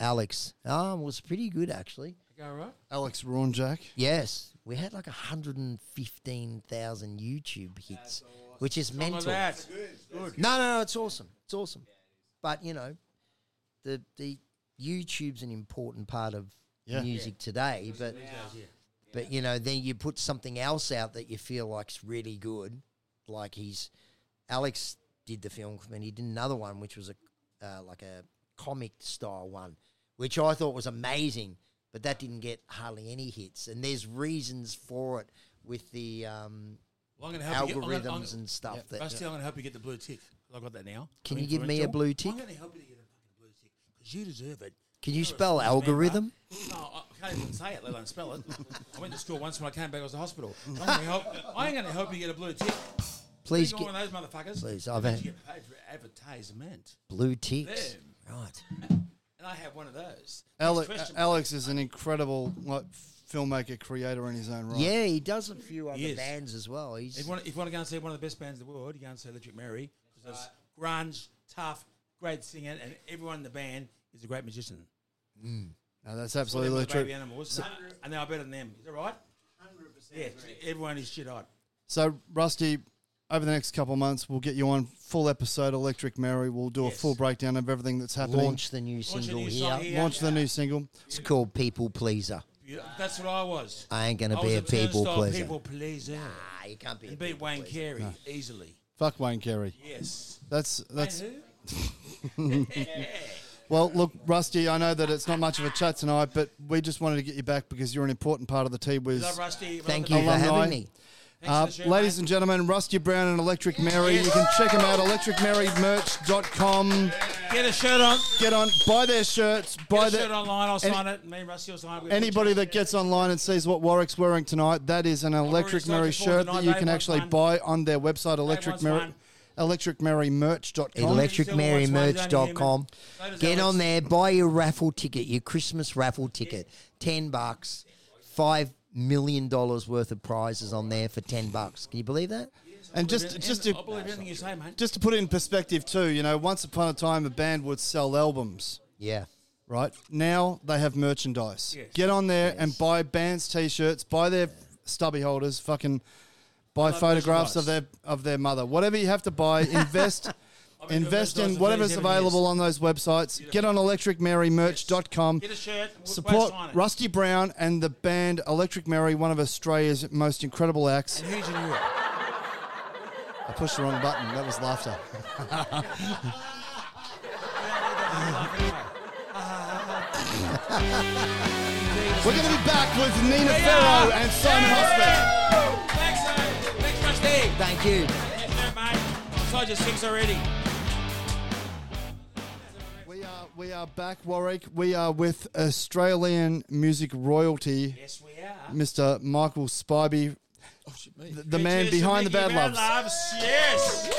Speaker 2: Alex. Um, was pretty good actually.
Speaker 3: Go all right.
Speaker 1: Alex Rawnjack.
Speaker 2: Yes, we had like 115,000 YouTube hits, which is
Speaker 3: Something
Speaker 2: mental.
Speaker 3: like that.
Speaker 2: No, no, no, it's awesome. It's awesome. But, you know, the the YouTube's an important part of
Speaker 1: Yeah.
Speaker 2: music today, but but you know, then you put something else out that you feel like's really good, like he's Alex did the film and he did another one which was a uh, like a comic style one, which I thought was amazing, but that didn't get hardly any hits. And there's reasons for it with the um,
Speaker 3: Well, I'm gonna help you get- I'm gonna- I'm
Speaker 2: algorithms
Speaker 3: gonna-
Speaker 2: and stuff. That uh,
Speaker 3: Rusty, I'm going to help you get the blue tick. I got that now.
Speaker 2: Can
Speaker 3: I'm
Speaker 2: you give me a
Speaker 3: influential.
Speaker 2: blue tick?
Speaker 3: I'm going to help you to get a fucking blue tick because you deserve it.
Speaker 2: Can you
Speaker 3: You're a
Speaker 2: spell
Speaker 3: fucking member.
Speaker 2: algorithm?
Speaker 3: No, I can't even say it, let alone spell it. I went to school once when I came back, I was in hospital. I'm going to help. I ain't going to help you get a blue tick.
Speaker 2: Please
Speaker 3: you
Speaker 2: get
Speaker 3: one of those motherfuckers.
Speaker 2: Please,
Speaker 3: that
Speaker 2: I've
Speaker 3: means
Speaker 2: had-
Speaker 3: you get paid for advertisement,
Speaker 2: blue ticks.
Speaker 3: Them.
Speaker 2: Right.
Speaker 3: and I have one of those.
Speaker 1: Ale-
Speaker 2: uh,
Speaker 3: Next question.
Speaker 1: Alex is an incredible like filmmaker, creator in his own right.
Speaker 2: Yeah, he does a few other
Speaker 3: is.
Speaker 2: bands as well. He's
Speaker 3: If you, want, if you want to go and see one of the best bands in the world, you go and see Electric Mary. Because grunge, tough, great singer, and everyone in the band is a great magician.
Speaker 1: No, that's
Speaker 3: All them
Speaker 1: absolutely
Speaker 3: are
Speaker 1: true.
Speaker 3: Baby animals, and- and they are better than them. Is that right? Yeah, everyone is shit hot.
Speaker 1: So, Rusty, over the next couple of months, we'll get you on full episode Electric Mary. We'll do a
Speaker 3: Yes.
Speaker 1: full breakdown of everything that's happening.
Speaker 2: launched the new
Speaker 3: Launch a
Speaker 2: single
Speaker 3: new
Speaker 2: here.
Speaker 3: song here.
Speaker 1: Launch the new single.
Speaker 2: It's called People Pleaser.
Speaker 3: You- That's what I was.
Speaker 2: I ain't gonna
Speaker 3: I
Speaker 2: be
Speaker 3: was
Speaker 2: a people
Speaker 3: turnstile
Speaker 2: pleaser.
Speaker 3: People pleaser.
Speaker 2: Ah, you can't be.
Speaker 3: And
Speaker 2: a
Speaker 3: beat
Speaker 2: people
Speaker 3: Wayne
Speaker 2: pleaser.
Speaker 3: Carey easily.
Speaker 1: Fuck Wayne Carey.
Speaker 3: Yes.
Speaker 1: That's that's
Speaker 3: And who?
Speaker 1: well. Look, Rusty, I know that it's not much of a chat tonight, but we just wanted to get you back because you're an important part of the T Wiz.
Speaker 3: Love Rusty. Love
Speaker 2: Thank
Speaker 3: the
Speaker 2: you
Speaker 3: band.
Speaker 2: for
Speaker 1: Alumni.
Speaker 2: having me.
Speaker 3: Thanks
Speaker 1: Uh,
Speaker 3: for the show,
Speaker 1: ladies
Speaker 3: mate.
Speaker 1: and gentlemen, Rusty Brown and Electric Mary. You can check them out, electricmarymerch.com.
Speaker 3: Get a shirt on.
Speaker 1: Get on, buy their shirts, buy
Speaker 3: Get a
Speaker 1: their.
Speaker 3: shirt online. I'll sign
Speaker 1: any-
Speaker 3: it. Me and Rusty will sign it.
Speaker 1: Anybody that gets online and sees what Warwick's wearing tonight, that is an Electric
Speaker 3: already signed
Speaker 1: Mary
Speaker 3: before
Speaker 1: shirt
Speaker 3: tonight.
Speaker 1: that you
Speaker 3: Dave
Speaker 1: can
Speaker 3: wants
Speaker 1: actually
Speaker 3: one.
Speaker 1: buy on their website, Electric
Speaker 3: wants
Speaker 1: Mary,
Speaker 3: one.
Speaker 1: electricmarymerch.com.
Speaker 2: electricmarymerch.com.
Speaker 3: So does
Speaker 2: Get
Speaker 3: Alex.
Speaker 2: on there, buy your raffle ticket, your Christmas raffle ticket. 10 bucks, $5 million dollars worth of prizes on there for 10 bucks. Can you believe that?
Speaker 1: and just, just
Speaker 3: Just I
Speaker 1: to,
Speaker 3: believe everything you say, mate.
Speaker 1: just to put it in perspective too, you know, once upon a time a band would sell albums.
Speaker 2: Yeah.
Speaker 1: right? Now they have merchandise.
Speaker 3: Yes.
Speaker 1: Get on there and buy bands t-shirts, buy their stubby holders, fucking buy
Speaker 3: love
Speaker 1: photographs of their
Speaker 3: merchandise.
Speaker 1: of their mother. Whatever you have to buy, invest
Speaker 3: doing
Speaker 1: invest
Speaker 3: merchandise
Speaker 1: in
Speaker 3: for
Speaker 1: whatever's
Speaker 3: 37
Speaker 1: available
Speaker 3: years.
Speaker 1: on those websites. Get on electricmarymerch.com.
Speaker 3: Get a shirt. and we'll
Speaker 1: Support
Speaker 3: sign it.
Speaker 1: Rusty Brown and the band Electric Mary, one of Australia's most incredible acts.
Speaker 3: And who's in Europe?
Speaker 1: I pushed the wrong button. That was laughter. We're going to be back with Nina Farrow and Simon Hospital.
Speaker 3: Hospital. Thanks, Simon. Thanks, Rusty.
Speaker 2: Thank you.
Speaker 3: Thanks, mate. I told you six already.
Speaker 1: We are we are back, Warwick. We are with Australian music royalty,
Speaker 3: Yes, we are.
Speaker 1: Mr. Michael Spivey, the, the man
Speaker 3: Cheers to
Speaker 1: behind the
Speaker 3: Mickey
Speaker 1: bad loves.
Speaker 3: Yes.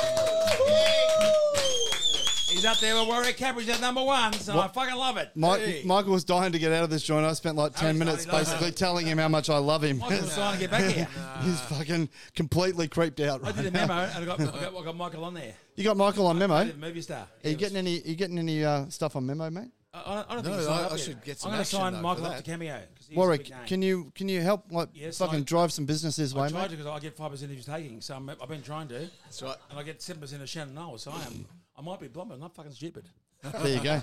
Speaker 3: He's up there with Warwick Cabbage at number one, so I fucking love it.
Speaker 1: Mike, Michael was dying to get out of this joint. I spent like ten
Speaker 3: he's not,
Speaker 1: minutes
Speaker 3: he doesn't.
Speaker 1: basically telling him how much I love him.
Speaker 3: Michael's trying to get back here.
Speaker 1: He's fucking completely creeped out.
Speaker 3: I
Speaker 1: Right
Speaker 3: did a
Speaker 1: now.
Speaker 3: memo and I got, I got, I got Michael on there.
Speaker 1: You got Michael on memo. Are
Speaker 3: The movie star.
Speaker 1: you getting any? You getting any uh, stuff on memo, mate?
Speaker 3: I, I don't- I don't think
Speaker 7: No,
Speaker 3: he's signed
Speaker 7: I-
Speaker 3: up
Speaker 7: I
Speaker 3: yet.
Speaker 7: should get
Speaker 3: I'm
Speaker 7: some
Speaker 3: gonna
Speaker 7: action,
Speaker 3: sign
Speaker 7: though, for
Speaker 3: Michael up
Speaker 7: that.
Speaker 3: to cameo. 'cause he's a
Speaker 1: Warwick,
Speaker 3: big name.
Speaker 1: can you can you help like
Speaker 3: Yes,
Speaker 1: fucking
Speaker 3: I-
Speaker 1: drive some business his
Speaker 3: I
Speaker 1: way,
Speaker 3: tried to
Speaker 1: mate?
Speaker 3: because I get five percent of his taking, so I'm, I've been trying to,
Speaker 7: That's right.
Speaker 3: and I get seven percent of Shannon Knowles. So I am, I might be blind, but I'm not fucking stupid.
Speaker 1: There you go.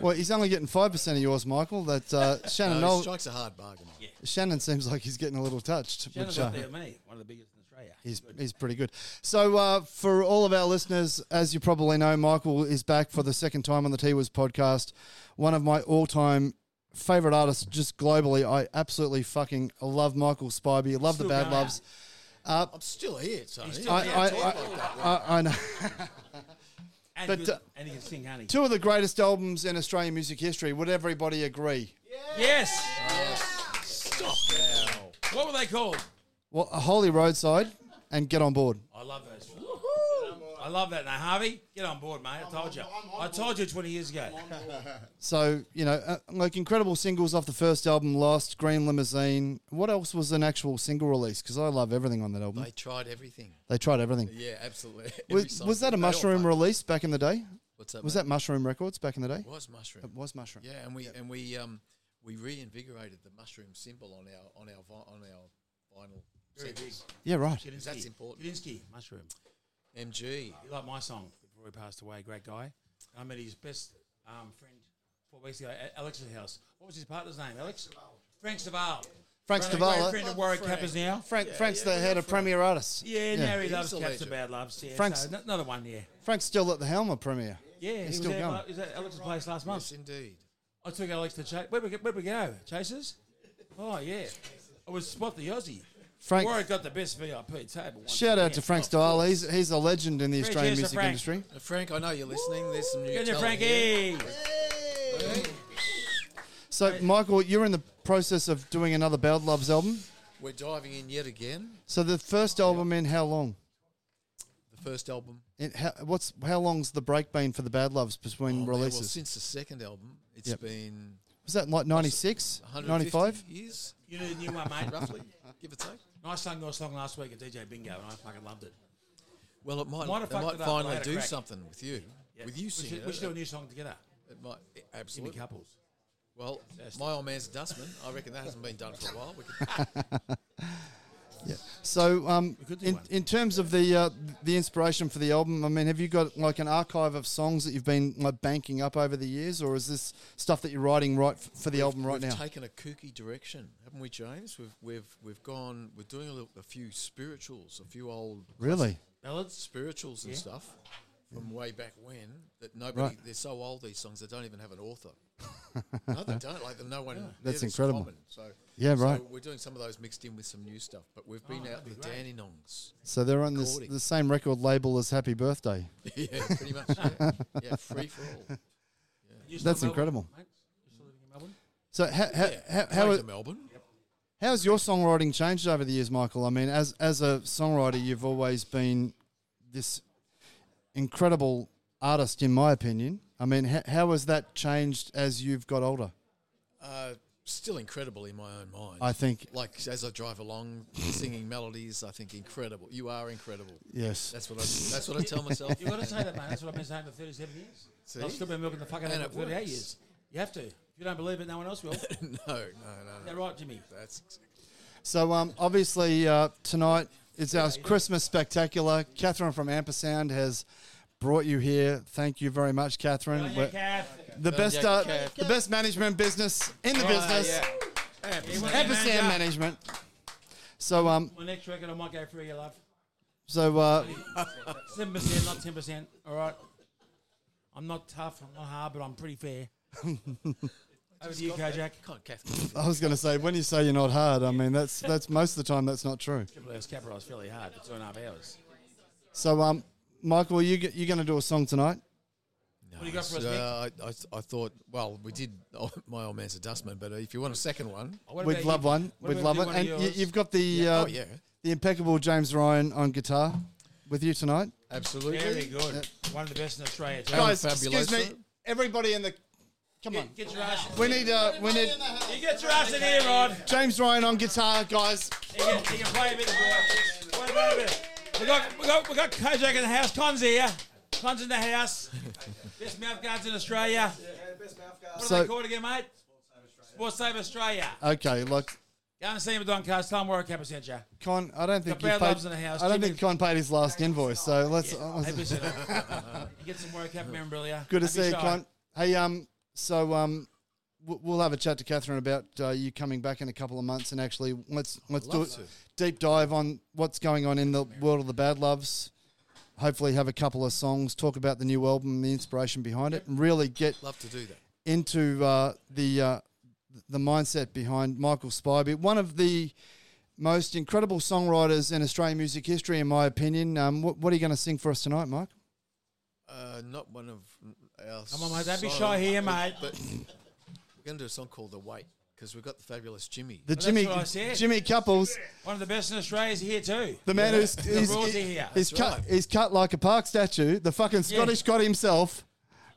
Speaker 1: Well, he's only getting five percent of yours, Michael. That uh, Shannon
Speaker 7: No,
Speaker 1: Knoll-
Speaker 7: strikes a hard bargain.
Speaker 1: Shannon seems like he's getting a little touched,
Speaker 3: Shannon's
Speaker 1: which uh,
Speaker 3: up there with me, one of the biggest in Australia.
Speaker 1: he's, he's pretty good. So, uh, for all of our listeners, as you probably know, Michael is back for the second time on the T Was podcast. One of my all time favorite artists, just globally. I absolutely fucking love Michael Spivey, love
Speaker 3: Still
Speaker 1: the Bad
Speaker 3: going
Speaker 1: Loves. Uh,
Speaker 7: I'm still here, Tony.
Speaker 3: still-
Speaker 1: I, I, I, I, I know.
Speaker 3: And,
Speaker 1: But,
Speaker 3: he was-
Speaker 1: uh,
Speaker 3: and he can sing, honey.
Speaker 1: Two of the greatest albums in Australian music history. Would everybody agree?
Speaker 3: Yes. Stop now. What were they called?
Speaker 1: Well, Holy Roadside and Get On Board.
Speaker 3: I love those. I love that. Now, Harvey, get on board, mate. I told you. I told you 20 years ago.
Speaker 1: So you know, uh, like incredible singles off the first album, Lost, Green Limousine. What else was an actual single release? Because I love everything on that album.
Speaker 7: They
Speaker 1: They,
Speaker 7: tried everything.
Speaker 1: tried everything.
Speaker 7: Yeah, absolutely. Every
Speaker 1: was,
Speaker 7: song.
Speaker 1: was that a
Speaker 7: They all
Speaker 1: Mushroom
Speaker 7: fucked.
Speaker 1: release back in the day?
Speaker 7: What's that?
Speaker 1: Was
Speaker 7: mate?
Speaker 1: that Mushroom Records back in the day?
Speaker 7: It was mushroom?
Speaker 1: It was Mushroom.
Speaker 7: Yeah, and we and we um we reinvigorated the mushroom symbol on our on our vi- on our vinyl.
Speaker 3: Very big.
Speaker 7: singles.
Speaker 1: Yeah, right.
Speaker 3: Kudinsky.
Speaker 7: That's important.
Speaker 3: Kudinsky, mushroom.
Speaker 7: MG.
Speaker 3: You like my song before he passed away. Great guy. I met his best um, friend four weeks ago at Alex's house. What was his partner's name? Alex. Frank Staval.
Speaker 1: Frank
Speaker 3: A
Speaker 1: Staval,
Speaker 3: great
Speaker 1: eh?
Speaker 3: friend
Speaker 7: Love
Speaker 3: of Warwick
Speaker 7: Frank.
Speaker 3: Cappers now.
Speaker 1: Frank Frank's the head of Premier Artists.
Speaker 3: Yeah, now he
Speaker 7: He's
Speaker 3: loves
Speaker 7: a
Speaker 3: Caps
Speaker 7: legend.
Speaker 3: About Loves. Yeah,
Speaker 1: Frank's-
Speaker 3: so n- another one, yeah.
Speaker 1: Frank's still at the helm of Premier.
Speaker 3: Yeah, he was
Speaker 1: still
Speaker 3: at-
Speaker 1: going.
Speaker 3: uh, he was at Alex's place last month.
Speaker 7: Yes, indeed.
Speaker 3: I took Alex to chase. Where'd we, go- where'd we go? Chasers? Oh, yeah. I was spot the Aussie.
Speaker 1: Frank.
Speaker 3: Warwick got the best VIP table. once
Speaker 1: Shout out
Speaker 3: again.
Speaker 1: to Frank Staval. He's he's a legend in the
Speaker 3: Great
Speaker 1: Australian
Speaker 3: cheers to
Speaker 1: music
Speaker 3: Frank.
Speaker 1: industry.
Speaker 7: Uh, Frank, I know you're listening. There's some new.
Speaker 3: Get there,
Speaker 7: talent here.
Speaker 3: Frankie.
Speaker 1: So Michael, you're in the process of doing another Bad Loves album.
Speaker 7: We're diving in yet again.
Speaker 1: So the first album in how long?
Speaker 7: The first album.
Speaker 1: It, how, what's how long's the break been for the Bad Loves between
Speaker 7: Oh, man, well,
Speaker 1: releases?
Speaker 7: since the second album, it's
Speaker 1: Yep.
Speaker 7: been
Speaker 1: was that like 96,
Speaker 7: 150
Speaker 1: 95?
Speaker 7: years,
Speaker 3: You know the new one, mate.
Speaker 7: roughly, give or take.
Speaker 3: I sung your song last week at DJ Bingo, and I fucking loved it.
Speaker 7: Well, it might,
Speaker 3: Might have
Speaker 7: it
Speaker 3: fucked
Speaker 7: might
Speaker 3: it up,
Speaker 7: finally
Speaker 3: but I had a
Speaker 7: do
Speaker 3: crack.
Speaker 7: something with you. With you
Speaker 3: We
Speaker 7: singing,
Speaker 3: should, we
Speaker 7: it,
Speaker 3: should do a
Speaker 7: it,
Speaker 3: new song together.
Speaker 7: it might it-
Speaker 3: Jimmy
Speaker 7: absolutely.
Speaker 3: Couples.
Speaker 7: Well, my old man's dustman. I reckon that hasn't been done for a while. We could,
Speaker 1: So um,
Speaker 3: could do
Speaker 1: in,
Speaker 3: one.
Speaker 1: in terms of the uh, the inspiration for the album, I mean, have you got like an archive of songs that you've been like banking up over the years, or is this stuff that you're writing right f- for the album right
Speaker 7: we've
Speaker 1: now?
Speaker 7: taken a kooky direction, haven't we, James? We've we've we've gone. We're doing a, little, a few spirituals, a few old
Speaker 1: Really?
Speaker 3: Ballads?
Speaker 7: spirituals and stuff from way back when. That nobody.
Speaker 1: Right.
Speaker 7: They're so old. These songs. They don't even have an author. no, they don't. Like no one. they're
Speaker 1: That's
Speaker 7: just
Speaker 1: incredible.
Speaker 7: Common, so
Speaker 1: Yeah, right.
Speaker 6: So we're doing some of those mixed in with some new stuff, but we've been out with Danny Nongs.
Speaker 1: So they're on this,
Speaker 6: Recording.
Speaker 1: the same record label as Happy Birthday.
Speaker 6: yeah, pretty much. Yeah, yeah free for all.
Speaker 3: You still
Speaker 1: That's
Speaker 3: in
Speaker 1: incredible.
Speaker 3: Melbourne, mate? You still living in Melbourne?
Speaker 1: So ha- ha- ha- how are-
Speaker 6: Going to Melbourne?
Speaker 1: How's your songwriting changed over the years, Michael? I mean, as as a songwriter, you've always been this incredible artist, in my opinion. I mean, h- how has that changed as you've got older?
Speaker 6: Uh, still incredible in my own mind.
Speaker 1: I think
Speaker 6: like as I drive along, singing melodies, I think incredible. You are incredible.
Speaker 1: yes.
Speaker 6: That's what I. That's what I tell myself.
Speaker 3: You've got to say that, mate. That's what I've been saying for 37 years.
Speaker 6: See?
Speaker 3: I've still been milking the fuck out of
Speaker 6: And
Speaker 3: it
Speaker 6: it
Speaker 3: for 38
Speaker 6: works.
Speaker 3: years. You have to. If you don't believe it, no one else will. Is
Speaker 6: no, no, no,
Speaker 3: that
Speaker 6: no.
Speaker 3: right, Jimmy?
Speaker 6: That's
Speaker 1: So um, obviously uh, tonight it's our Christmas spectacular. Catherine from Ampersand has brought you here. Thank you very much, Catherine.
Speaker 3: Don't you,
Speaker 1: We're-
Speaker 3: Kath?
Speaker 1: The best,
Speaker 6: you,
Speaker 1: uh,
Speaker 6: Kath.
Speaker 1: the best management business in the business.
Speaker 3: You want your hands
Speaker 1: Ampersand
Speaker 3: up?
Speaker 1: management. So um,
Speaker 3: My next record, I might go through you, love.
Speaker 1: so uh,
Speaker 3: 7%, not 10%. All right. I'm not tough. I'm not hard, but I'm pretty fair. Over to you, Kojak.
Speaker 6: can't Kath.
Speaker 1: I was going to say, when you say you're not hard, I mean that's that's most of the time that's not true.
Speaker 3: Triple X capitalised fairly hard for two and a half hours.
Speaker 1: So, um, Michael, you g- you're going to do a song tonight?
Speaker 3: What do you got for us,
Speaker 6: So,
Speaker 3: Mick?
Speaker 6: uh, I, I, I thought, well, we did oh, my old man's a dustman, but if you want a second one,
Speaker 3: Oh, what
Speaker 1: We'd
Speaker 3: about
Speaker 1: love
Speaker 3: you?
Speaker 1: one.
Speaker 3: What
Speaker 1: We'd
Speaker 3: about
Speaker 1: love it.
Speaker 3: one of
Speaker 1: And y-
Speaker 3: yours?
Speaker 1: you've got the uh,
Speaker 6: oh yeah,
Speaker 1: the impeccable James Ryan on guitar with you tonight,
Speaker 6: absolutely.
Speaker 3: Very good. One of the best in Australia. too.
Speaker 6: Go Guys, excuse Fabuloso. me,
Speaker 1: Everybody in the come on.
Speaker 3: Get, get your ass.
Speaker 1: We need uh, we need
Speaker 3: You get your ass in here, Rod.
Speaker 1: James Ryan on guitar, guys.
Speaker 3: You can, you can play a bit of boy. Wait a minute. We got we got we got Kojak in the house. Con's here. Con's in the house. Best mouth guards in Australia. What are
Speaker 1: So-
Speaker 3: they called again, mate? Sports Save Australia.
Speaker 1: Okay, like
Speaker 3: Go and see him at Doncaster. Tell him where I kept sent you.
Speaker 1: Con, I don't think
Speaker 3: Got
Speaker 1: you
Speaker 3: Brad
Speaker 1: paid.
Speaker 3: Love's in the house.
Speaker 1: I don't
Speaker 3: Jimmy-
Speaker 1: think Con paid his last invoice. So let's. uh,
Speaker 3: Hey, visit him. Get some workout memorabilia.
Speaker 1: Good to
Speaker 3: Don't be
Speaker 1: see you,
Speaker 3: shy.
Speaker 1: Con. Hey, um, so um, w- we'll have a chat to Catherine about uh, you coming back in a couple of months, and actually let's let's do a
Speaker 6: love to.
Speaker 1: deep dive on what's going on in the world of the Bad Loves. Hopefully, have a couple of songs, talk about the new album, the inspiration behind it, and really get
Speaker 6: Love to do that.
Speaker 1: into uh, the uh, the mindset behind Michael Spivey, one of the most incredible songwriters in Australian music history, in my opinion. Um, what, what are you going to sing for us tonight, Mike?
Speaker 6: Uh, not one of our.
Speaker 3: Come on, mate. Don't be
Speaker 6: song,
Speaker 3: shy here, mate.
Speaker 6: But we're going to do a song called "The Wait" because we've got the fabulous Jimmy.
Speaker 1: The
Speaker 3: that's
Speaker 1: Jimmy
Speaker 3: what I said.
Speaker 1: Jimmy Couples.
Speaker 3: One of the best in Australia is here too.
Speaker 1: The man who's he's,
Speaker 3: rules
Speaker 1: he-
Speaker 3: are here.
Speaker 1: he's
Speaker 6: That's
Speaker 1: cut
Speaker 6: right.
Speaker 1: he's cut like a park statue. The fucking Scottish god himself,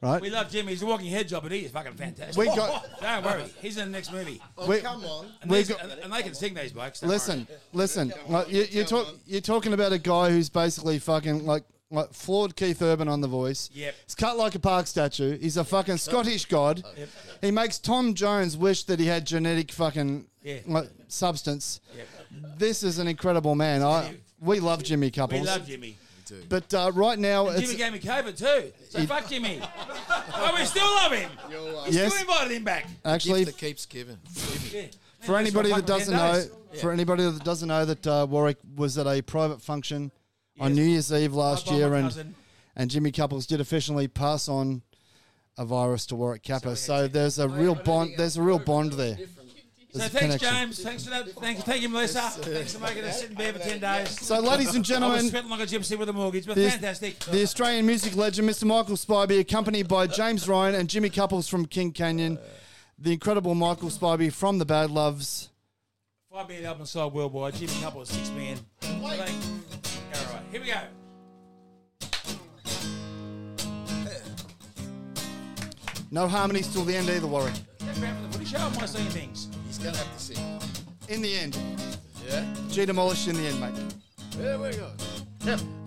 Speaker 1: right?
Speaker 3: We love Jimmy. He's a walking head job, but he is fucking fantastic. Oh,
Speaker 1: We got-
Speaker 3: Don't worry. He's in the next movie.
Speaker 1: We-
Speaker 5: on.
Speaker 3: And,
Speaker 1: We
Speaker 3: these-
Speaker 1: got-
Speaker 3: and, and they can sing these blokes. don't worry.
Speaker 1: listen, listen. Like, you, you're talk, you're talking about a guy who's basically fucking like like flawed Keith Urban on the voice.
Speaker 3: Yep.
Speaker 1: He's cut like a park statue. He's a fucking Scottish god. He makes Tom Jones wish that he had genetic fucking
Speaker 3: Yeah.
Speaker 1: like, substance.
Speaker 3: Yep.
Speaker 1: This is an incredible man. I we love Jimmy Couples.
Speaker 3: We love Jimmy.
Speaker 1: but uh, right now it's
Speaker 3: Jimmy gave me COVID too. So fuck Jimmy. but we still love him. We
Speaker 1: Yes.
Speaker 3: still invited him back.
Speaker 1: actually
Speaker 6: Gift that keeps giving.
Speaker 3: Yeah.
Speaker 1: For anybody that
Speaker 3: Fucking
Speaker 1: doesn't
Speaker 3: 10
Speaker 1: know,
Speaker 3: days.
Speaker 1: for anybody that doesn't know that uh, Warwick was at a private function on
Speaker 3: Yes.
Speaker 1: New Year's Eve last
Speaker 3: Up on
Speaker 1: year,
Speaker 3: my
Speaker 1: and,
Speaker 3: cousin.
Speaker 1: and Jimmy Couples did officially pass on a virus to Warwick Kappa. So, there's a real bond. There's a real bond there.
Speaker 3: So
Speaker 1: There's a
Speaker 3: thanks, James. Thanks for that. Thanks, thank you, Melissa. Thanks for making us sit in bed for ten days.
Speaker 1: So, ladies and
Speaker 3: I was
Speaker 1: gentlemen,
Speaker 3: sweating like a gypsy with a mortgage, but
Speaker 1: This-
Speaker 3: fantastic.
Speaker 1: the Australian music legend Mr. Michael Spivey, accompanied by James Ryan and Jimmy Couples from King Canyon, the incredible Michael Spivey from the Bad Loves.
Speaker 3: Five million album sold worldwide. Jimmy Couple is six million. All right, here we go.
Speaker 1: No harmonies till the end either, Warwick.
Speaker 3: That's round for the footy show. Am I seeing things?
Speaker 6: He's going to have to sing.
Speaker 1: In the end,
Speaker 6: Yeah.
Speaker 1: G demolished in the end, mate.
Speaker 6: There we go.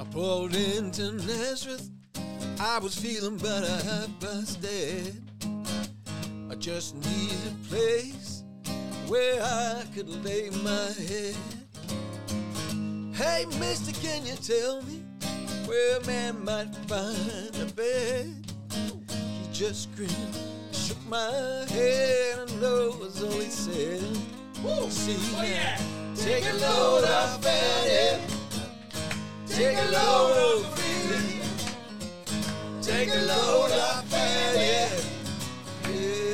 Speaker 6: I pulled into Nazareth. I was feeling better, half past dead. I just needed a place where I could lay my head. Hey, mister, can you tell me where a man might find a bed? He just grinned, shook my head, and no was all he said. See now,
Speaker 3: yeah.
Speaker 6: Oh, take a load off at him. Take a load off me. Take a load off at him. Yeah.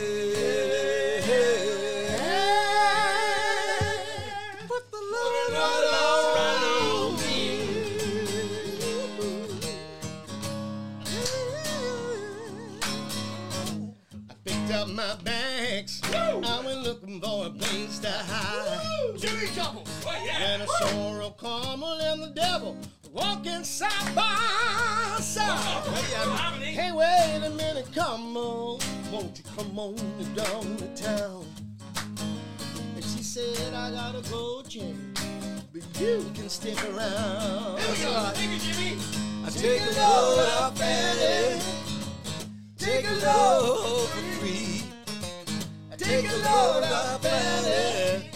Speaker 8: up my bags. I went looking for a place to hide.
Speaker 5: Jimmy Shuffle. Oh, yeah.
Speaker 8: And a sorrow, Carmel, and the devil walking side by side.
Speaker 3: Harmony.
Speaker 8: Hey, wait a minute, come on. Won't you come on down to town? And she said, I gotta go, Jimmy. But you can stick around.
Speaker 5: Here we go. Thank you, Jimmy.
Speaker 6: I take a load off Annie. Take a load for free. Take a load off Annie.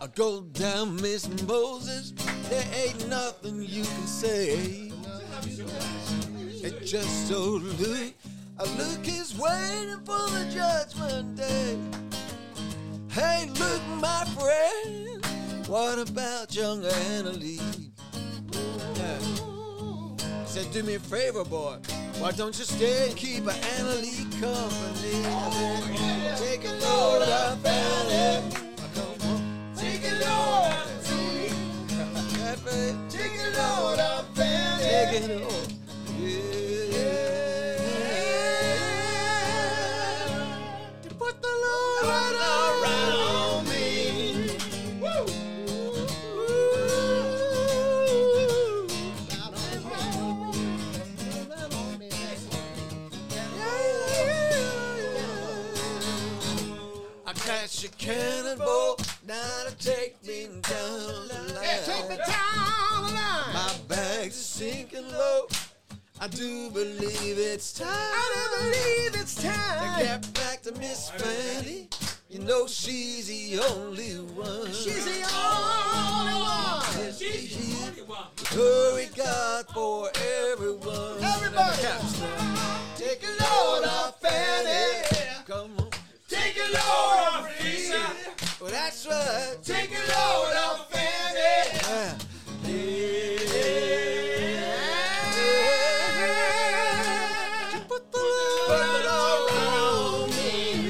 Speaker 6: I go down Miss Moses, there ain't nothing you can say. It's just so Luke, I look is waiting for the judgment day. Hey, look, my friend, what about young Annalie? Yeah. Said, do me a favor, boy. Why don't you stay and keep an Annalie company? Take a load of Annalie. Come on. Take a load of Annie. Take a load of Annie. Take it all. Yeah. To put the load right on me. Ooh. I catch a cannonball, now to take me down the line.
Speaker 8: Take me down the line.
Speaker 6: My bags are sinking low. I do believe it's time. I believe it's time to get back to Miss Fanny. You know she's the only one. She's the only one.
Speaker 3: Jesus, what do you want?
Speaker 6: Glory God for everyone. Everybody, take a load off Fanny. Come on,
Speaker 5: Take a load off Lisa.
Speaker 6: well that's right.
Speaker 5: Take a load off Fanny.
Speaker 6: Yeah. Uh,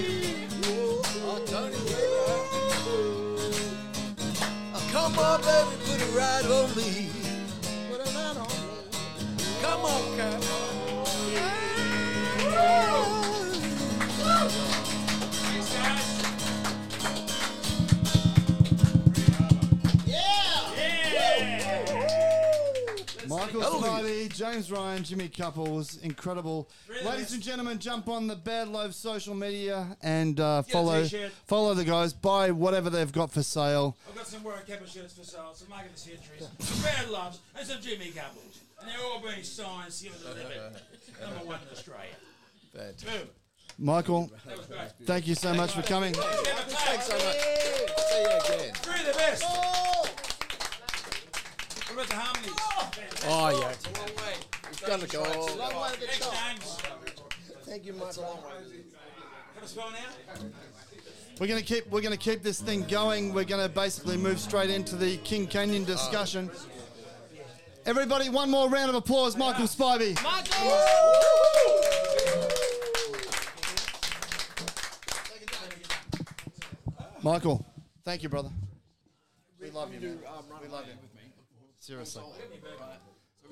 Speaker 6: Come on, baby, put it right on me. Come on, Cap.
Speaker 3: Thanks, guys.
Speaker 1: Michael Spivey, James Ryan, Jimmy Couples, incredible.
Speaker 3: Really
Speaker 1: Ladies
Speaker 3: nice.
Speaker 1: and gentlemen, jump on the Bad Loaf social media and uh, follow
Speaker 3: t-shirt.
Speaker 1: follow the guys. Buy whatever they've got for sale.
Speaker 3: I've got some Warren Campbell shirts for sale, some Mark of the Centuries, some Bad Loves, and some Jimmy Campbells. And they're all being signed, sealed, and delivered. Number one in Australia. Boom.
Speaker 1: Michael,
Speaker 3: That was great.
Speaker 1: thank you so much for coming.
Speaker 3: Thanks so much.
Speaker 6: Say it again.
Speaker 3: Three of the best. What about the harmonies?
Speaker 6: Oh, yeah.
Speaker 3: It's a long way.
Speaker 6: Gonna go.
Speaker 3: Thanks, James.
Speaker 8: Thank you, my brother.
Speaker 3: Have a spell now.
Speaker 1: We're gonna keep we're gonna keep this thing going. We're gonna basically move straight into the King Canyon discussion. Everybody, one more round of applause, Michael Spivey. Michael, thank you, brother. We love you, man. We love you. Seriously.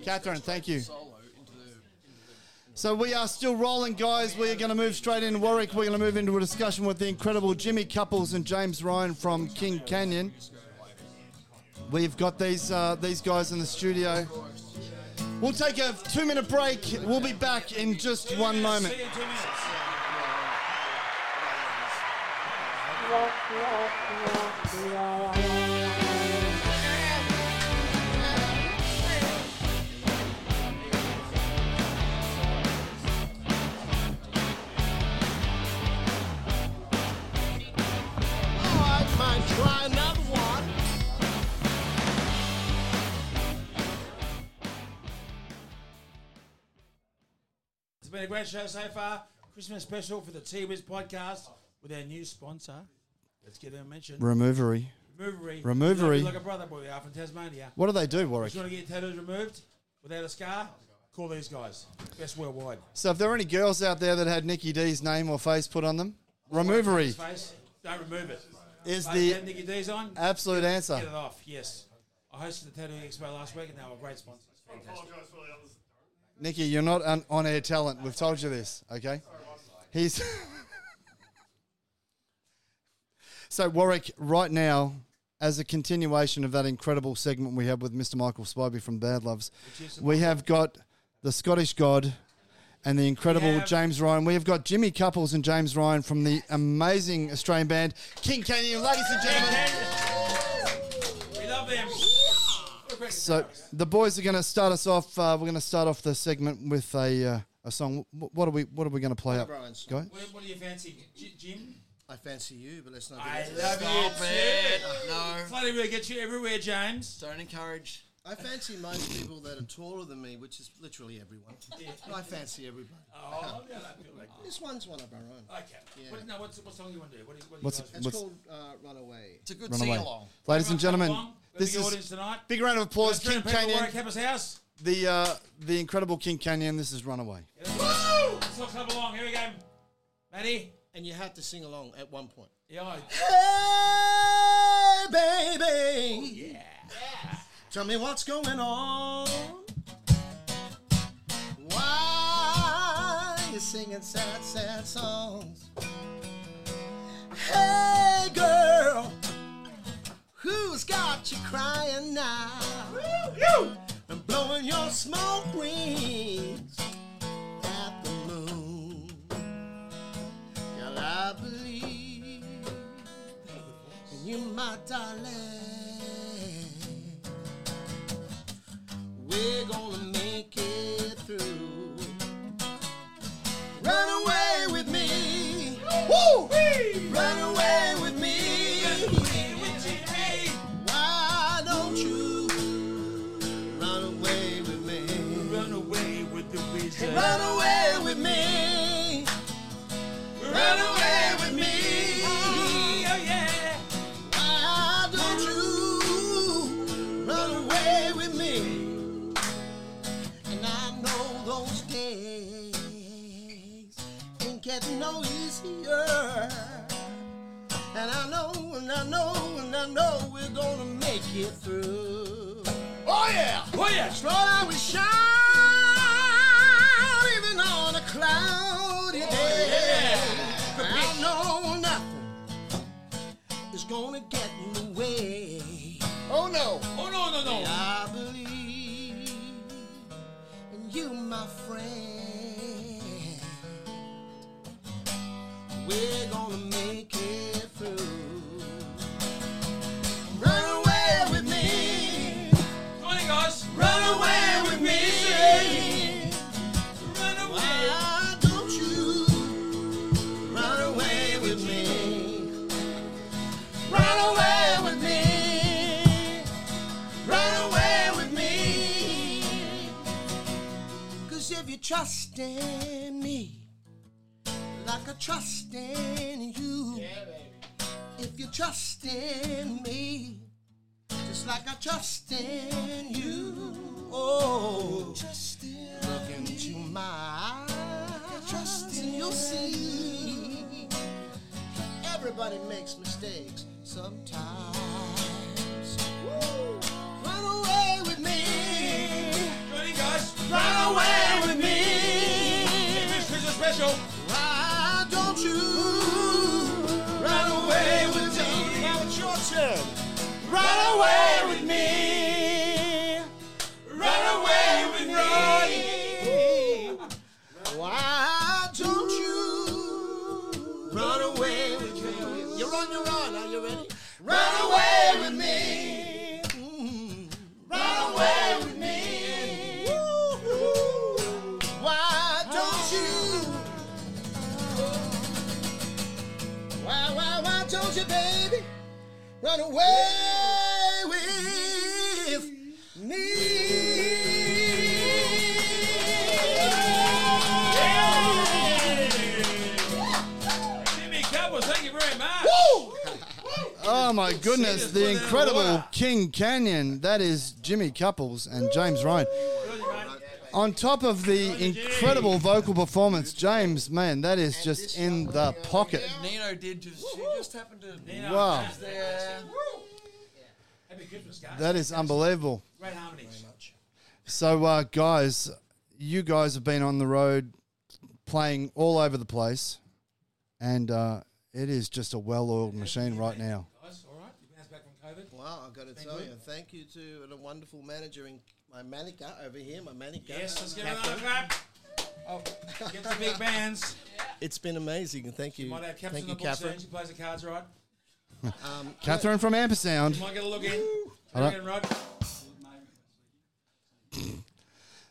Speaker 1: Catherine, thank you. So we are still rolling, guys. We are going to move straight in Warwick. We're going to move into a discussion with the incredible Jimmy Couples and James Ryan from King Canyon. We've got these uh, these guys in the studio. We'll take a two-minute break. We'll be back in just one moment.
Speaker 3: See you in two minutes.
Speaker 8: I might try another one.
Speaker 3: It's been a great show so far. Christmas special for the T Wiz podcast with our new sponsor. Let's give them a mention.
Speaker 1: Removery.
Speaker 3: Removery.
Speaker 1: Removery.
Speaker 3: Like a brother boy, we are from Tasmania.
Speaker 1: What do they do, Warwick?
Speaker 3: If you want to get your tattoos removed, without a scar, call these guys. Best worldwide.
Speaker 1: So if there are any girls out there that had Nikki D's name or face put on them, removery
Speaker 3: Face, don't remove it.
Speaker 1: is
Speaker 3: But
Speaker 1: the Uh.
Speaker 3: get Nicky D's on.
Speaker 1: absolute
Speaker 3: Get it
Speaker 1: answer.
Speaker 3: off. Yes. I hosted the Tattoo Expo last week, and they were great sponsors. Fantastic.
Speaker 1: Nikki, you're not an on-air talent. We've told you this, okay? He's so Warwick right now. As a continuation of that incredible segment we had with Mr. Michael Spivey from Bad Loves, we have got the Scottish God and the incredible
Speaker 3: We have-
Speaker 1: James Ryan. We have got Jimmy Couples and James Ryan from the amazing Australian band King Canyon, ladies and gentlemen.
Speaker 3: We love them.
Speaker 1: So the boys are going to start us off. Uh, we're going to start off the segment with a uh, a song. Wh- What are we What are we going to play up?
Speaker 8: Brian song.
Speaker 1: Go.
Speaker 3: What, what do you fancy, G- Jim?
Speaker 8: I fancy you, but let's not.
Speaker 3: I
Speaker 8: do that.
Speaker 3: love you
Speaker 6: it.
Speaker 3: too.
Speaker 6: No,
Speaker 3: Bloody will get you everywhere, James.
Speaker 6: don't encourage.
Speaker 8: I fancy most people that are taller than me, which is literally everyone. I fancy everybody.
Speaker 3: Oh, yeah, I feel like that.
Speaker 8: This one's one of our own.
Speaker 3: Okay. What, no, what's, what song you want to do? What do you, what
Speaker 1: What's
Speaker 3: do you guys
Speaker 1: it-
Speaker 8: It's
Speaker 1: What's-
Speaker 8: called uh, Runaway.
Speaker 6: It's a good
Speaker 1: Run
Speaker 6: sing
Speaker 1: away,
Speaker 6: along.
Speaker 1: ladies and gentlemen. This
Speaker 3: the
Speaker 1: is
Speaker 3: audience tonight.
Speaker 1: big round of applause.
Speaker 3: Let's bring
Speaker 1: King
Speaker 3: the people to
Speaker 1: Canyon,
Speaker 3: Warwick Harper's house.
Speaker 1: the uh, the incredible King Canyon. This is Runaway.
Speaker 3: Let's all club along. Here we go. Matty.
Speaker 8: And you had to sing along at one point.
Speaker 3: Yeah. I-
Speaker 8: Hey, baby.
Speaker 3: Yeah.
Speaker 8: Tell me what's going on. Why you singing sad, sad songs? Hey, girl, who's got you crying now? And blowing your smoke rings at the moon. Girl, I believe in you, my darling. We're gonna make it through. Run away with me. Woo! Run away with me. Why don't you run away with me?
Speaker 3: Run away with the wizard.
Speaker 8: Run away with me. Run away with me.
Speaker 3: Oh, yeah.
Speaker 8: Why don't you run away with me? And I know those days can get no easier. And I know, and I know, and I know we're gonna make it through. Oh yeah!
Speaker 3: Oh, yeah.
Speaker 8: Lord, I will shout even on a cloudy day. I know nothing is gonna get in the way. Oh no!
Speaker 3: Oh, no, no, no.
Speaker 8: I believe in you, my friend. We're gonna make it through. Run away with me.
Speaker 3: Come on, in, guys.
Speaker 8: Run away with me.
Speaker 3: Run away.
Speaker 8: Why don't you run away with me? Run away with me. Run away with me. Cause if you trust in me, like I trust in you. If you trust in me, just like I trust in you. Oh, trust in look into my eyes, trust and you'll see. Everybody makes mistakes sometimes. Run away with me,
Speaker 3: Come on, in, guys.
Speaker 8: run away with me.
Speaker 3: This is a special.
Speaker 8: Why don't you run away with me? Now it's your turn. Run away with me.
Speaker 3: Run away with me.
Speaker 8: Why don't you run away with me? You're on your own. Are you ready? Run away with me. Mm. Run away with me. Why don't you? Why, why, why don't you, baby, run away with me?
Speaker 3: Jimmy Couples, thank you very much.
Speaker 1: Oh my goodness!
Speaker 3: us
Speaker 1: The
Speaker 3: put it in the
Speaker 1: incredible
Speaker 3: water.
Speaker 1: King Canyon. That is Jimmy Couples and James Ryan.
Speaker 3: Good, mate.
Speaker 1: On top of the incredible vocal performance, James, man, that is just in the pocket.
Speaker 9: Nino did just. She just happened to.
Speaker 3: Nino,
Speaker 1: Wow,
Speaker 9: Yeah.
Speaker 3: Happy Christmas, guys.
Speaker 1: that is unbelievable.
Speaker 3: Great harmonies.
Speaker 1: So, uh, guys, you guys have been on the road playing all over the place, and uh, it is just a well oiled machine right now.
Speaker 3: Guys, all right? You bounce back from COVID?
Speaker 10: Wow, I've got to tell you, thank you to the wonderful manager in my manica over here, my manica.
Speaker 3: Yes, let's give it another clap. Oh, get the big bands.
Speaker 10: It's been amazing, and thank you.
Speaker 3: Might have Captain
Speaker 10: thank
Speaker 3: in
Speaker 10: you,
Speaker 3: the book soon.
Speaker 10: Catherine.
Speaker 3: She plays the cards right.
Speaker 10: Um,
Speaker 1: Catherine from Ampersound.
Speaker 3: Might get a look in.
Speaker 1: All right.
Speaker 3: Look in, Rod.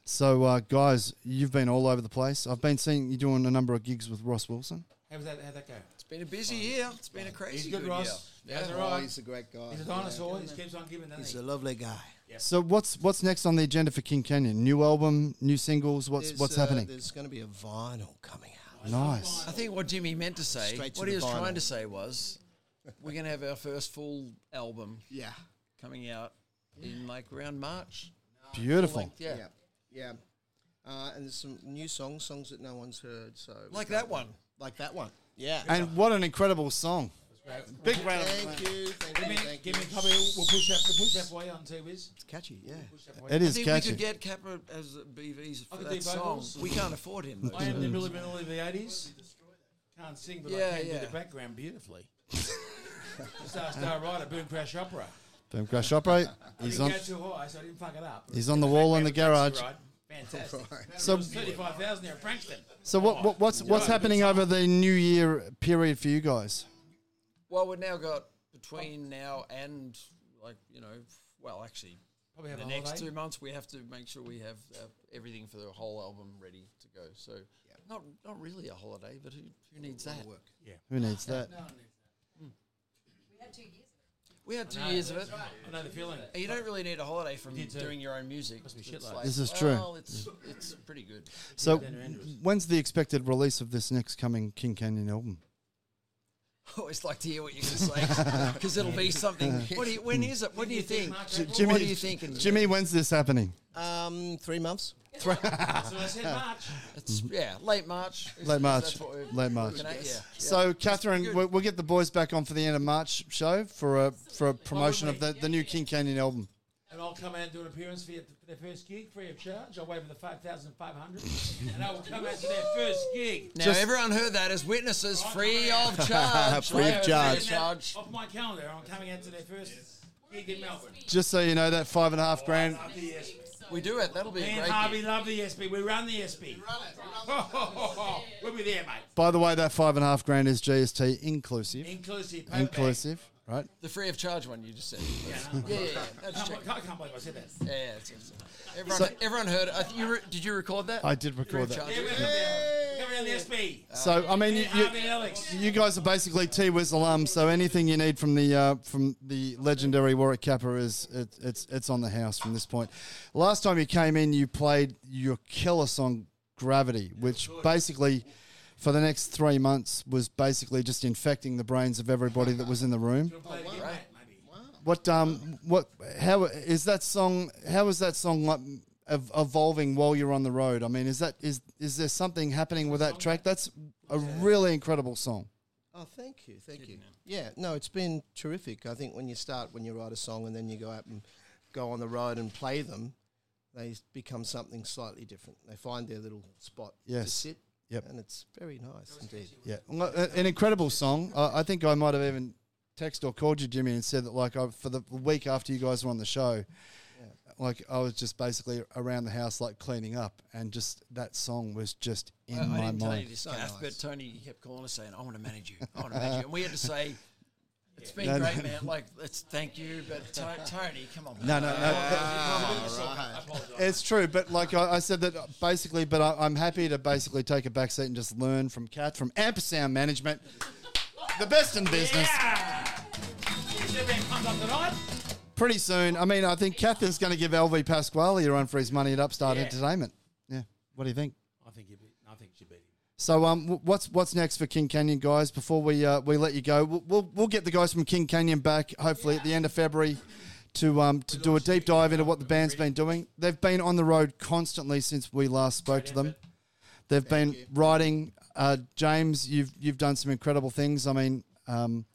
Speaker 1: So, uh, guys, you've been all over the place. I've been seeing you doing a number of gigs with Ross Wilson.
Speaker 3: How was that? How'd that go?
Speaker 9: It's been a busy year. It's been a crazy
Speaker 3: He's good, Ross.
Speaker 9: year.
Speaker 3: Guys,
Speaker 9: Yeah.
Speaker 3: all right.
Speaker 10: oh, he's a great
Speaker 8: uh,
Speaker 10: guy.
Speaker 3: He's a dinosaur. He keeps on giving, doesn't
Speaker 10: He's
Speaker 3: he?
Speaker 10: a lovely guy.
Speaker 1: So, what's what's next on the agenda for King Canyon? New album, new singles. What's
Speaker 10: There's,
Speaker 1: what's
Speaker 10: uh,
Speaker 1: happening?
Speaker 10: There's going to be a vinyl coming out.
Speaker 1: Nice.
Speaker 9: I think what Jimmy meant to say,
Speaker 10: Straight to
Speaker 9: what
Speaker 10: the
Speaker 9: he was
Speaker 10: vinyl.
Speaker 9: trying to say was, we're going to have our first full album
Speaker 10: Yeah,
Speaker 9: coming out in like around March.
Speaker 1: Beautiful.
Speaker 9: Like, yeah.
Speaker 10: yeah, yeah. Uh, and there's some new songs, songs that no one's heard. So we've
Speaker 9: Like
Speaker 10: got-
Speaker 9: that one.
Speaker 10: like that one. Yeah.
Speaker 1: And what an incredible song. Big round of
Speaker 10: Thank you. Thank
Speaker 3: Give
Speaker 10: you.
Speaker 3: me,
Speaker 10: Thank
Speaker 3: give
Speaker 10: you.
Speaker 3: me a copy. We'll push that. We'll push that for you on two whiz.
Speaker 10: It's catchy. Yeah.
Speaker 3: Push that for you.
Speaker 1: It
Speaker 9: I
Speaker 1: is
Speaker 9: think we
Speaker 1: catchy.
Speaker 9: could get Kappa as a BVs
Speaker 3: I
Speaker 9: for
Speaker 3: could do
Speaker 9: that song.
Speaker 3: vocals.
Speaker 9: We can't afford him. Though.
Speaker 3: I am the
Speaker 1: Mm-hmm.
Speaker 3: Billy Vanilli of the eighties. Can't sing, but
Speaker 9: Yeah,
Speaker 3: I can
Speaker 9: yeah.
Speaker 3: do the background beautifully. Star Star Rider, Boom Crash Opera.
Speaker 1: Boom Crash Opera.
Speaker 3: I
Speaker 1: He's
Speaker 3: didn't
Speaker 1: on
Speaker 3: go too high, so I didn't fuck it up.
Speaker 1: he's on the wall in the garage.
Speaker 3: Right. Fantastic.
Speaker 1: So-
Speaker 3: So thirty-five thousand there, at Frankston.
Speaker 1: So what, what what's what's happening over the New Year period for you guys?
Speaker 9: Well, we've now got between now and like you know, well, actually,
Speaker 3: Probably have
Speaker 9: the
Speaker 3: a
Speaker 9: next
Speaker 3: holiday.
Speaker 9: two months we have to make sure we have uh, everything for the whole album ready to go. So, not not really a holiday, but who who needs that?
Speaker 1: Who needs that?
Speaker 11: We had two years.
Speaker 9: We had two years of it.
Speaker 3: I know the feeling.
Speaker 9: And You don't really need a holiday from
Speaker 3: did too.
Speaker 9: doing your own music.
Speaker 3: Must be
Speaker 9: It's
Speaker 3: shitload.
Speaker 1: This is true.
Speaker 9: Well, it's it's pretty good.
Speaker 1: So when's the expected release of this next coming King Canyon album?
Speaker 9: I always like to hear what you're going to say because it'll be something. What do you, when is it? What do you think? what are you thinking?
Speaker 1: Jimmy, when's this happening?
Speaker 10: Um, three months.
Speaker 3: So I said March.
Speaker 9: It's, yeah, late March. is-
Speaker 1: Late
Speaker 9: is
Speaker 1: March.
Speaker 9: that's what we're
Speaker 1: Late March.
Speaker 9: looking at, Yeah.
Speaker 1: So Catherine, we'll, we'll get the boys back on for the end of March show for a for a promotion of the, the new King Canyon album.
Speaker 3: And I'll come out and do an appearance for, you, for their first gig, free of charge. I'll wait for the 5,500. and I will come out to their first gig.
Speaker 9: Now
Speaker 1: Just-
Speaker 9: everyone heard that as witnesses, free of charge.
Speaker 1: Free of
Speaker 9: Like,
Speaker 1: charge.
Speaker 9: free of charge.
Speaker 3: Off my calendar, I'm coming out to their first gig in Melbourne.
Speaker 1: Just so you know, that five and a half grand.
Speaker 3: Love the SB.
Speaker 9: We do it. That'll be
Speaker 3: Me
Speaker 9: a
Speaker 3: and
Speaker 9: great.
Speaker 3: Harvey
Speaker 9: gig.
Speaker 3: love the SB. We run the SB. We'll be there, mate.
Speaker 1: By the way, that five and a half grand is GST inclusive.
Speaker 3: Inclusive. paper bag.
Speaker 1: Inclusive, right?
Speaker 9: The free of charge one you just said. Yeah, yeah, yeah. That's
Speaker 3: Can't-
Speaker 9: true.
Speaker 3: I can't, believe I said that.
Speaker 9: Yeah, yeah, it's- it's- Everyone, everyone heard. it. I th- you re- did you record that?
Speaker 1: I did
Speaker 9: Free
Speaker 1: record
Speaker 9: of
Speaker 1: that.
Speaker 9: charge.
Speaker 3: Yeah, we're coming down. We're coming down the SB.
Speaker 1: So I mean,
Speaker 3: Me
Speaker 1: you,
Speaker 3: and
Speaker 1: you,
Speaker 3: Harvey and Alex.
Speaker 1: you guys are basically T Wiz alums. So anything you need from the uh, from the legendary Warwick Kappa is it, it's it's on the house from this point. Last time you came in, you played your killer song "Gravity," which basically for the next three months was basically just infecting the brains of everybody that was in the room.
Speaker 3: Play the game,
Speaker 9: Right.
Speaker 3: mate, maybe.
Speaker 1: What um what how is that song? How is that song like? ev- Evolving while you're on the road. I mean, is that is is there something happening with that track? That's a really incredible song.
Speaker 10: Oh, thank you, thank you. Yeah, no, it's been terrific. I think when you start, when you write a song, and then you go out and go on the road and play them, they s- become something slightly different. They find their little spot to
Speaker 1: Yes.
Speaker 10: sit.
Speaker 1: Yep.
Speaker 10: and it's very nice indeed.
Speaker 1: Yeah, Well, a- an incredible song. I, I think I might have even texted or called you, Jimmy, and said that like I, for the week after you guys were on the show, like I was just basically around the house like cleaning up, and just that song was just in
Speaker 9: I, I
Speaker 1: my
Speaker 9: didn't tell you
Speaker 1: mind.
Speaker 9: this, Kath, but Tony kept calling us saying, "I want to manage you. I want to manage you," and we had to say. It's been
Speaker 1: No,
Speaker 9: great,
Speaker 1: no.
Speaker 9: man. Like, let's thank you, but Tony, Tony come on.
Speaker 1: No, no, no.
Speaker 9: Ah,
Speaker 1: It's true, but like I, I said that basically, but I, I'm happy to basically take a back seat and just learn from Cat from Ampersound Management, the best in business.
Speaker 3: Yeah! You should have been pumped up tonight.
Speaker 1: Pretty soon, I mean, I think Catherine's going to give LV Pasquale a run for his money at Upstart
Speaker 3: Yeah.
Speaker 1: Entertainment. Yeah, what do you think?
Speaker 3: I think you beat. I think you beat him.
Speaker 1: So, um, wh- what's what's next for King Canyon, guys? Before we uh, we let you go, we'll, we'll we'll get the guys from King Canyon back hopefully at the end of February. to um, to do a deep dive into what the band's been doing. They've been on the road constantly since we last spoke to them. They've been writing. Uh, James, you've you've done some incredible things. I mean, um,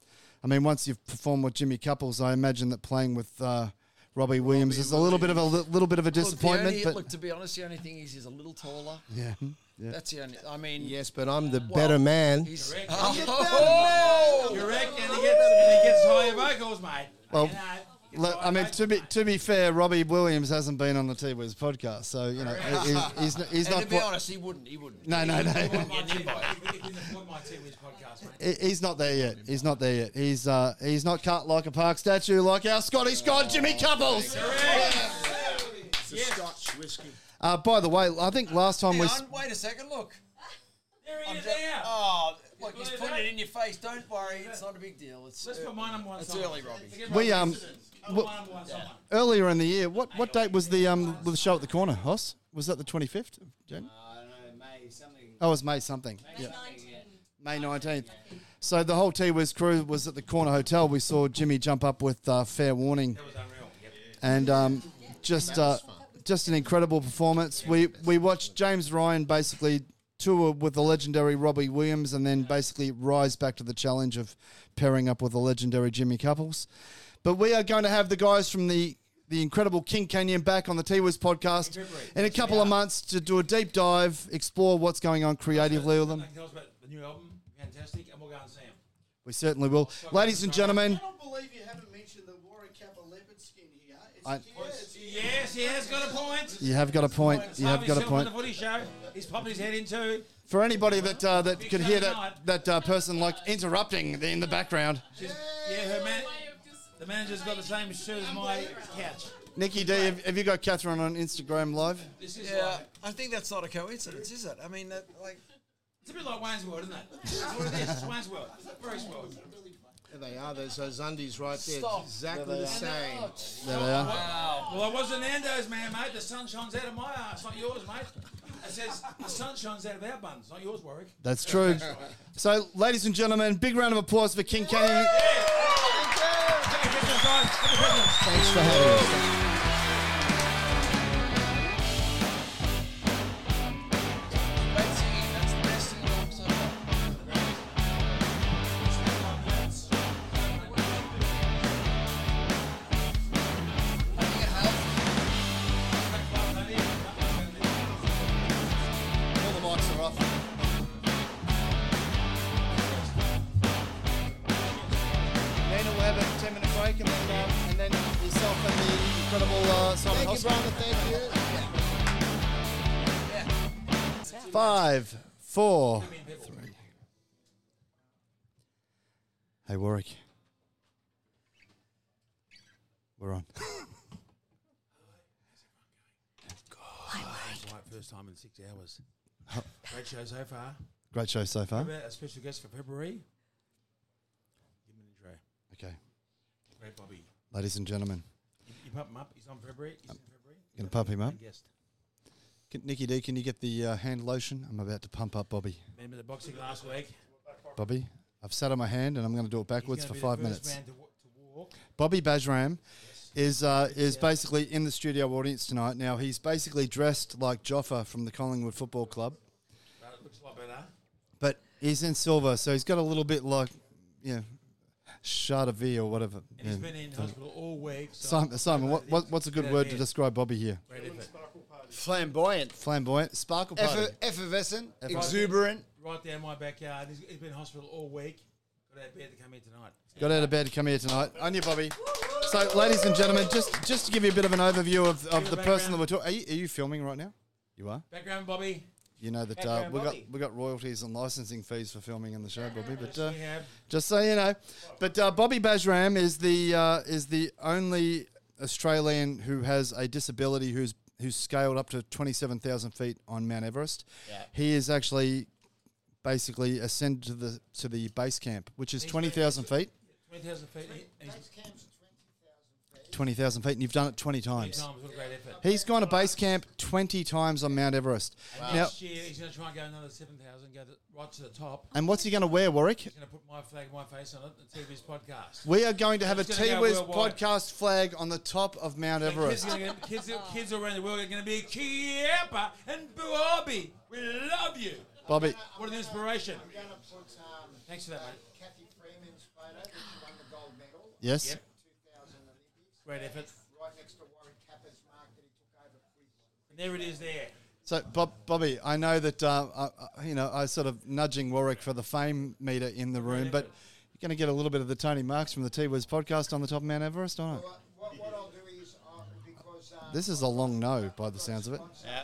Speaker 1: I mean, once you've performed with Jimmy Couples, I imagine that playing with uh, Robbie Williams is a little bit of a li- little bit of a disappointment.
Speaker 9: Look, the only,
Speaker 1: but
Speaker 9: look, to be honest, the only thing is he's a little taller.
Speaker 1: yeah, yeah.
Speaker 9: That's the only. I mean,
Speaker 8: Yes, but I'm the better man.
Speaker 9: he's.
Speaker 3: Correct.
Speaker 9: Oh,
Speaker 3: You reckon he gets, and he gets higher vocals, mate?
Speaker 1: Well,
Speaker 3: you know, he gets
Speaker 1: Look, I
Speaker 3: higher
Speaker 1: mean,
Speaker 3: vocals,
Speaker 1: to be
Speaker 3: mate.
Speaker 1: to be fair, Robbie Williams hasn't been on the T Wiz podcast, so you know he- he's, he's, not- he's
Speaker 9: and
Speaker 1: not
Speaker 9: to be
Speaker 1: quite,
Speaker 9: honest, he wouldn't. He wouldn't.
Speaker 1: no no no
Speaker 3: My team, mate. We can afford my team with podcast, mate.
Speaker 1: He- he's not there yet. He's not there yet. He's uh, he's not cut like a park statue like our Scottish god Jimmy Couples.
Speaker 10: It's a Scotch whiskey.
Speaker 1: Uh, by the way, I think last time
Speaker 9: Hang
Speaker 1: we
Speaker 9: on, wait a second. Look.
Speaker 3: There he
Speaker 9: I'm
Speaker 3: is
Speaker 9: ju-
Speaker 3: now.
Speaker 9: oh, look, he's
Speaker 3: believe
Speaker 9: putting
Speaker 3: that?
Speaker 9: it in your face. Don't worry, it's not a big deal. It's
Speaker 3: Let's
Speaker 9: uh,
Speaker 3: put mine on one
Speaker 9: It's
Speaker 3: side.
Speaker 9: early, Robbie.
Speaker 3: Forget
Speaker 1: We,
Speaker 3: about
Speaker 1: um,
Speaker 3: the scissors. I'll
Speaker 1: w-
Speaker 3: put mine on one side.
Speaker 1: earlier in the year, what what date was the um the show at the corner? Hoss was that the twenty fifth? Jan?
Speaker 10: I don't know, May something.
Speaker 1: Oh, it was May something. Yeah.
Speaker 4: 19.
Speaker 1: May 19th. So the whole T Wiz crew was at the corner hotel. We saw Jimmy jump up with uh, Fair Warning. And um, just uh, just an incredible performance. We we watched James Ryan basically tour with the legendary Robbie Williams and then basically rise back to the challenge of pairing up with the legendary Jimmy Couples. But we are going to have the guys from the the incredible King Canyon back on the T Wiz podcast in a couple of months to do a deep dive, explore what's going on creatively with them.
Speaker 3: Like, tell us about the new album. Fantastic. And we'll go and see him.
Speaker 1: We certainly will. Ladies and gentlemen,
Speaker 10: I don't believe you haven't mentioned the Warwick Kappa leopard skin here. It's
Speaker 1: I-
Speaker 10: here. It's here.
Speaker 3: Yes, he has got a point.
Speaker 1: you have got a point. You have
Speaker 3: Harvey
Speaker 1: got a
Speaker 3: Silver
Speaker 1: point.
Speaker 3: on The footy show. He's popped his head into.
Speaker 1: For anybody that uh, that could hear that that uh, person like interrupting in the background,
Speaker 3: She's, yeah, her man. The manager's got the same shirt as my couch.
Speaker 1: Nikki D, have, have you got Catherine on Instagram Live?
Speaker 3: This is
Speaker 9: Yeah,
Speaker 3: like,
Speaker 9: I think that's not a coincidence, is it? I mean, that like
Speaker 3: it's a bit like Wayne's World, isn't it? That's what it is. It's Wayne's World. Bruce World.
Speaker 10: There they are. There's those undies right there.
Speaker 9: Stop.
Speaker 10: Exactly the same.
Speaker 1: There they are.
Speaker 3: Well, I was an Nando's man, mate. The sun shines out of my ass, not yours, mate. It says the sun shines out of our buns, not yours, Warwick.
Speaker 1: That's true. So, ladies and gentlemen, big round of applause for King Canyon.
Speaker 3: Merry Christmas, guys. Merry Christmas.
Speaker 1: Thanks for having us.
Speaker 9: that's it. That's the best thing I've ever seen.
Speaker 1: All the mics are off. Nina, we'll have a 10 minute break and then, um, and then yourself and the incredible uh, Simon
Speaker 8: Thank you,
Speaker 1: Hospital.
Speaker 8: Brother. Thank you.
Speaker 1: Five, four, three. Hey, Warwick. We're on.
Speaker 3: It's like first time in six hours. Great show so far.
Speaker 1: Great show so far.
Speaker 3: How about a special guest for February? Give him an intro.
Speaker 1: Okay.
Speaker 3: Great Bobby.
Speaker 1: Ladies and gentlemen,
Speaker 3: You, you pump him up. He's on February. He's in February.
Speaker 1: going to pump him up.
Speaker 3: Main guest.
Speaker 1: Can, Nikki D, can you get the uh, hand lotion? I'm about to pump up Bobby.
Speaker 3: Remember the boxing last week?
Speaker 1: Bobby, I've sat on my hand and I'm going to do it
Speaker 3: He's
Speaker 1: backwards
Speaker 3: gonna
Speaker 1: for
Speaker 3: be
Speaker 1: five
Speaker 3: the first
Speaker 1: minutes.
Speaker 3: man to wa- to walk.
Speaker 1: Bobby Bajram is uh, is basically in the studio audience tonight. Now he's basically dressed like Joffa from the Collingwood Football Club,
Speaker 3: But it looks a lot better.
Speaker 1: but he's in silver, so he's got a little bit like yeah, Shada V or whatever.
Speaker 3: And he's
Speaker 1: Yeah.
Speaker 3: been in hospital all week. So
Speaker 1: Simon, Simon what, what, what's a good
Speaker 3: Yeah,
Speaker 1: word to
Speaker 3: yeah.
Speaker 1: describe Bobby here?
Speaker 3: Great effort.
Speaker 10: Flamboyant.
Speaker 1: Flamboyant, sparkle party.
Speaker 10: Effer- effervescent. Exuberant.
Speaker 3: Right down my backyard. He's, he's been in hospital all week. Got out of bed to come here tonight.
Speaker 1: Got out of bed to come here tonight. On you, Bobby. So, ladies and gentlemen, just just to give you a bit of an overview of, of the person that we're talking. Are you, are you filming right now? You are.
Speaker 3: Background, Bobby.
Speaker 1: You know that uh,
Speaker 3: Background
Speaker 1: we got
Speaker 3: Bobby.
Speaker 1: we got royalties and licensing fees for filming in the show, Bobby. But uh,
Speaker 3: We have
Speaker 1: just so you know, but uh, Bobby Bajram is the uh, is the only Australian who has a disability who's who's scaled up to twenty seven thousand feet on Mount Everest. He is actually basically ascended to the to the base camp, which is twenty thousand feet.
Speaker 3: 20,000 feet. and he's-
Speaker 1: 20,000 feet, and you've done it 20 times.
Speaker 3: times, what a great effort.
Speaker 1: He's gone to base camp 20 times on Mount Everest. Now,
Speaker 3: Next year, he's going to try and go another 7,000, go to, right to the top.
Speaker 1: and what's he going to wear, Warwick?
Speaker 3: He's going to put my flag, my face on it, and TV his podcast.
Speaker 1: We are going to have a
Speaker 3: He's gonna
Speaker 1: T
Speaker 3: go
Speaker 1: Wiz
Speaker 3: worldwide.
Speaker 1: podcast flag on the top of Mount
Speaker 3: The
Speaker 1: Everest.
Speaker 3: Kids, are gonna get, kids, kids around the world are going to be Kiepa and Buobi. We love you.
Speaker 1: Bobby,
Speaker 3: What an inspiration.
Speaker 10: I'm going to put um,
Speaker 3: Thanks for that, mate.
Speaker 10: Kathy Freeman's photo, that she won the gold medal
Speaker 1: yes?
Speaker 3: Yep.
Speaker 10: in 2000 Olympics,
Speaker 3: Great effort.
Speaker 10: right next to Warren Capper's mark that he took over Queensland.
Speaker 3: And there it is there.
Speaker 1: So, Bob, Bobby, I know that, uh, I, I- you know, I was sort of nudging Warwick for the fame meter in the room, but you're going to get a little bit of the Tony Marks from the T Wiz podcast on the top of Mount Everest, aren't I?
Speaker 10: What, what, what I'll do is, uh, because um,
Speaker 1: This is a long no by the sounds of it.
Speaker 3: Yeah.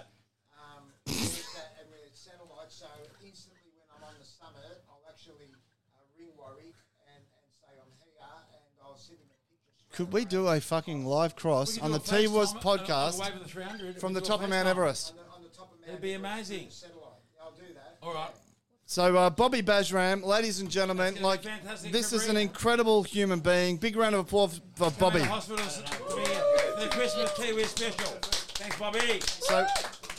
Speaker 10: um, with the- and with satellite, so instantly when I'm on the summit, I'll actually uh, ring Warwick and, and say I'm here, and I'll send him a picture. straight
Speaker 1: Could we do a fucking live cross on the T
Speaker 3: T
Speaker 1: Wiz podcast from the top of Mount Everest?
Speaker 10: on the, on the top of Mount
Speaker 3: It'd be
Speaker 10: Everest
Speaker 3: amazing.
Speaker 10: with the satellite. I'll do that.
Speaker 3: All right.
Speaker 1: So, uh, Bobby Bajram, ladies and gentlemen,
Speaker 3: That's gonna
Speaker 1: like
Speaker 3: be fantastic
Speaker 1: this is
Speaker 3: career.
Speaker 1: an incredible human being. Big round of applause for Bobby.
Speaker 3: Come out of the hospital to be here for the Christmas Kiwi special. Thanks, Bobby.
Speaker 1: So,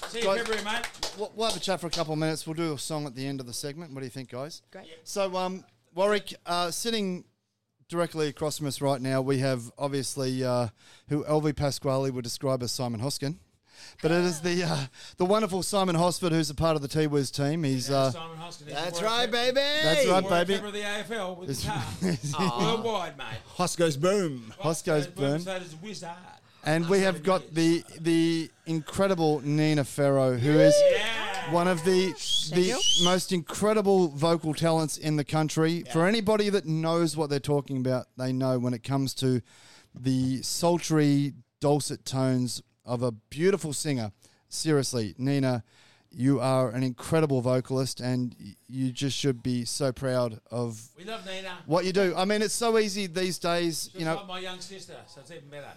Speaker 3: See you
Speaker 1: Guys-
Speaker 3: February, mate.
Speaker 1: we'll, we'll have a chat for a couple of minutes. We'll do a song at the end of the segment. What do you think, guys?
Speaker 12: Great. Yeah.
Speaker 1: So, um, Warwick, uh, sitting directly across from us right now, we have obviously uh, who LV Pasquale would describe as Simon Hoskin. But it is the uh, the wonderful Simon Hosford who's a part of the T Wiz team. He's uh,
Speaker 3: Simon Hoskins.
Speaker 6: That's right, baby.
Speaker 1: that's right, baby.
Speaker 3: Member of the AFL with his car. Worldwide, mate.
Speaker 6: Hoss goes boom.
Speaker 1: Hosko's
Speaker 3: So-
Speaker 1: burn.
Speaker 3: So does Wizard.
Speaker 1: And we have got the the incredible Nina Farrow, who is
Speaker 3: Yeah.
Speaker 1: one of the the
Speaker 12: you.
Speaker 1: most incredible vocal talents in the country. For anybody that knows what they're talking about, they know when it comes to the sultry, dulcet tones of a beautiful singer. Seriously, Nina, you are an incredible vocalist, and y- you just should be so proud of
Speaker 3: We love Nina.
Speaker 1: what you do. I mean, it's so easy these days,
Speaker 3: She's
Speaker 1: you know.
Speaker 3: like my young sister, so it's even better.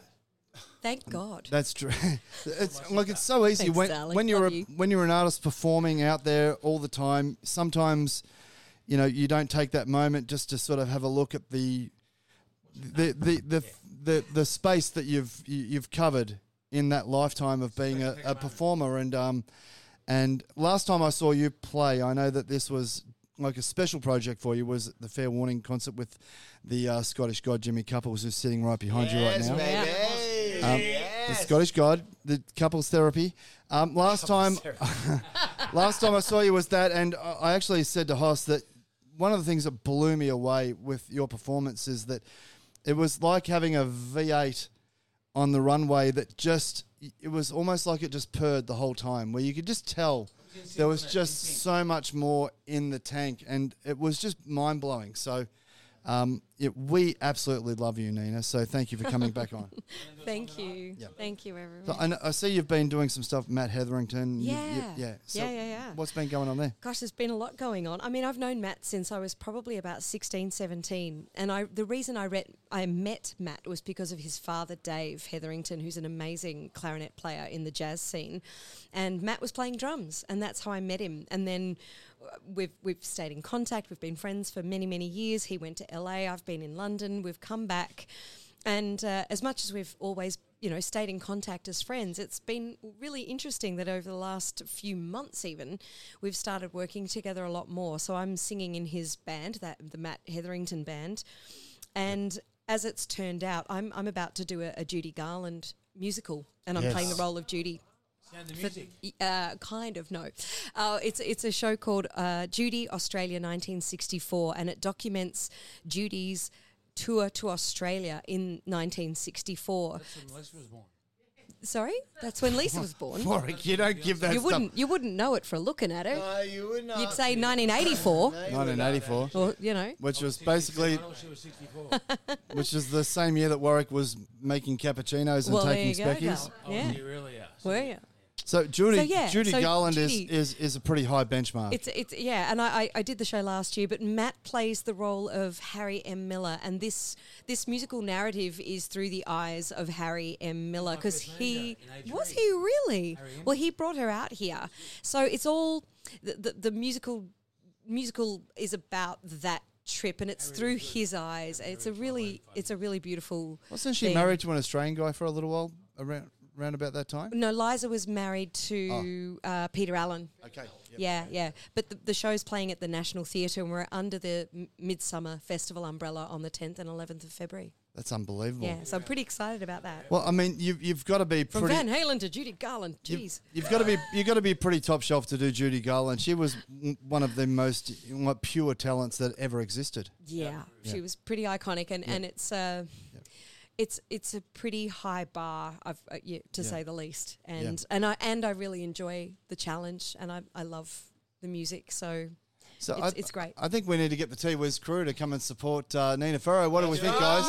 Speaker 12: Thank God.
Speaker 1: That's true. it's, look, it's so easy
Speaker 12: Thanks,
Speaker 1: when
Speaker 12: darling.
Speaker 1: when you're a,
Speaker 12: Love you.
Speaker 1: when you're an artist performing out there all the time. Sometimes, you know, you don't take that moment just to sort of have a look at the the the the the, the space that you've you, you've covered in that lifetime of being a, a performer. And um, and last time I saw you play, I know that this was like a special project for you was the Fair Warning concert with the uh, Scottish God Jimmy Couples, who's sitting right behind you right
Speaker 6: Yes,
Speaker 1: now.
Speaker 6: baby.
Speaker 1: Um, The Scottish God, the couples therapy. Um, last time, last time I saw you was that, and I I actually said to Hoss that one of the things that blew me away with your performance is that it was like having a V8 on the runway that just it was almost like it just purred the whole time, where you could just tell there was just so much more in the tank, and it was just mind blowing. So. Um, yeah, we absolutely love you, Nina. So thank you for coming back on.
Speaker 12: Thank you. Thank you, everyone.
Speaker 1: So I, kn- I see you've been doing some stuff, Matt Hetherington. you- you-
Speaker 12: Yeah.
Speaker 1: yeah. So
Speaker 12: Yeah, yeah, yeah.
Speaker 1: What's been going on there?
Speaker 12: Gosh, there's been a lot going on. I mean, I've known Matt since I was probably about 16, 17. And I, the reason I, re- I met Matt was because of his father, Dave Hetherington, who's an amazing clarinet player in the jazz scene. And Matt was playing drums, and that's how I met him. And then uh, we've, we've stayed in contact. We've been friends for many, many years. He went to LA, I've been in London, we've come back. And uh, as much as we've always, you know, stayed in contact as friends, it's been really interesting that over the last few months, even, we've started working together a lot more. So I'm singing in his band, that the Matt Hetherington band, and as it's turned out, I'm I'm about to do a, a Judy Garland musical, and I'm playing the role of Judy
Speaker 3: Sound the music.
Speaker 12: uh, kind of no. Uh, it's it's a show called uh, Judy Australia 1964, and it documents Judy's tour to Australia in 1964.
Speaker 3: That's when Lisa was born.
Speaker 12: Sorry, that's when Lisa was born.
Speaker 1: Warwick, you don't give that
Speaker 12: You wouldn't you wouldn't know it for looking at her.
Speaker 6: No, you would not.
Speaker 12: You'd say 1984,
Speaker 1: 1984,
Speaker 12: or you know.
Speaker 1: which was basically,
Speaker 3: She was 64.
Speaker 1: which is the same year that Warwick was making cappuccinos and
Speaker 12: Well, there
Speaker 1: taking
Speaker 12: you go.
Speaker 1: speckies.
Speaker 12: Dal. Yeah,
Speaker 3: You Oh, really are.
Speaker 6: Oh.
Speaker 12: were you?
Speaker 1: So Judy,
Speaker 12: So, yeah,
Speaker 1: Judy
Speaker 12: so
Speaker 1: Garland
Speaker 12: Judy-
Speaker 1: Is, is is a pretty high benchmark.
Speaker 12: It's it's yeah, and I, I I did the show last year, but Matt plays the role of Harry M. Miller, and this this musical narrative is through the eyes of Harry M. Miller because
Speaker 3: Chris
Speaker 12: he
Speaker 3: Major in Age
Speaker 12: was
Speaker 3: of
Speaker 12: he really well he brought her out here, so it's all the the, the musical musical is about that trip, and it's through his eyes. and It's a really, it's a really beautiful.
Speaker 1: Wasn't she
Speaker 12: thing.
Speaker 1: married to an Australian guy for a little while around, around about that time?
Speaker 12: No, Liza was married to
Speaker 1: Oh.
Speaker 12: uh, Peter Allen.
Speaker 1: Okay, yep.
Speaker 12: Yeah, yeah. But the, the show's playing at the National Theatre, and we're under the M- Midsummer Festival umbrella on the 10th and 11th of February.
Speaker 1: That's unbelievable.
Speaker 12: Yeah, so I'm pretty excited about that.
Speaker 1: Well, I mean, you've you've got to be
Speaker 12: From
Speaker 1: pretty.
Speaker 12: Van Halen to Judy Garland, jeez.
Speaker 1: You've got to be you've got to be pretty top shelf to do Judy Garland. She was m- one of the most like, pure talents that ever existed.
Speaker 12: Yeah, she
Speaker 1: Yeah.
Speaker 12: was pretty iconic, and,
Speaker 1: Yeah.
Speaker 12: and it's a, it's it's a pretty high bar, I've, uh, yeah, to
Speaker 1: Yeah.
Speaker 12: say the least.
Speaker 1: Yeah.
Speaker 12: And and I and I really enjoy the challenge, and I I love the music, so,
Speaker 1: So
Speaker 12: it's,
Speaker 1: I,
Speaker 12: it's great.
Speaker 1: I think we need to get the T Wiz crew to come and support uh, Nina Farrow. What do we think, guys?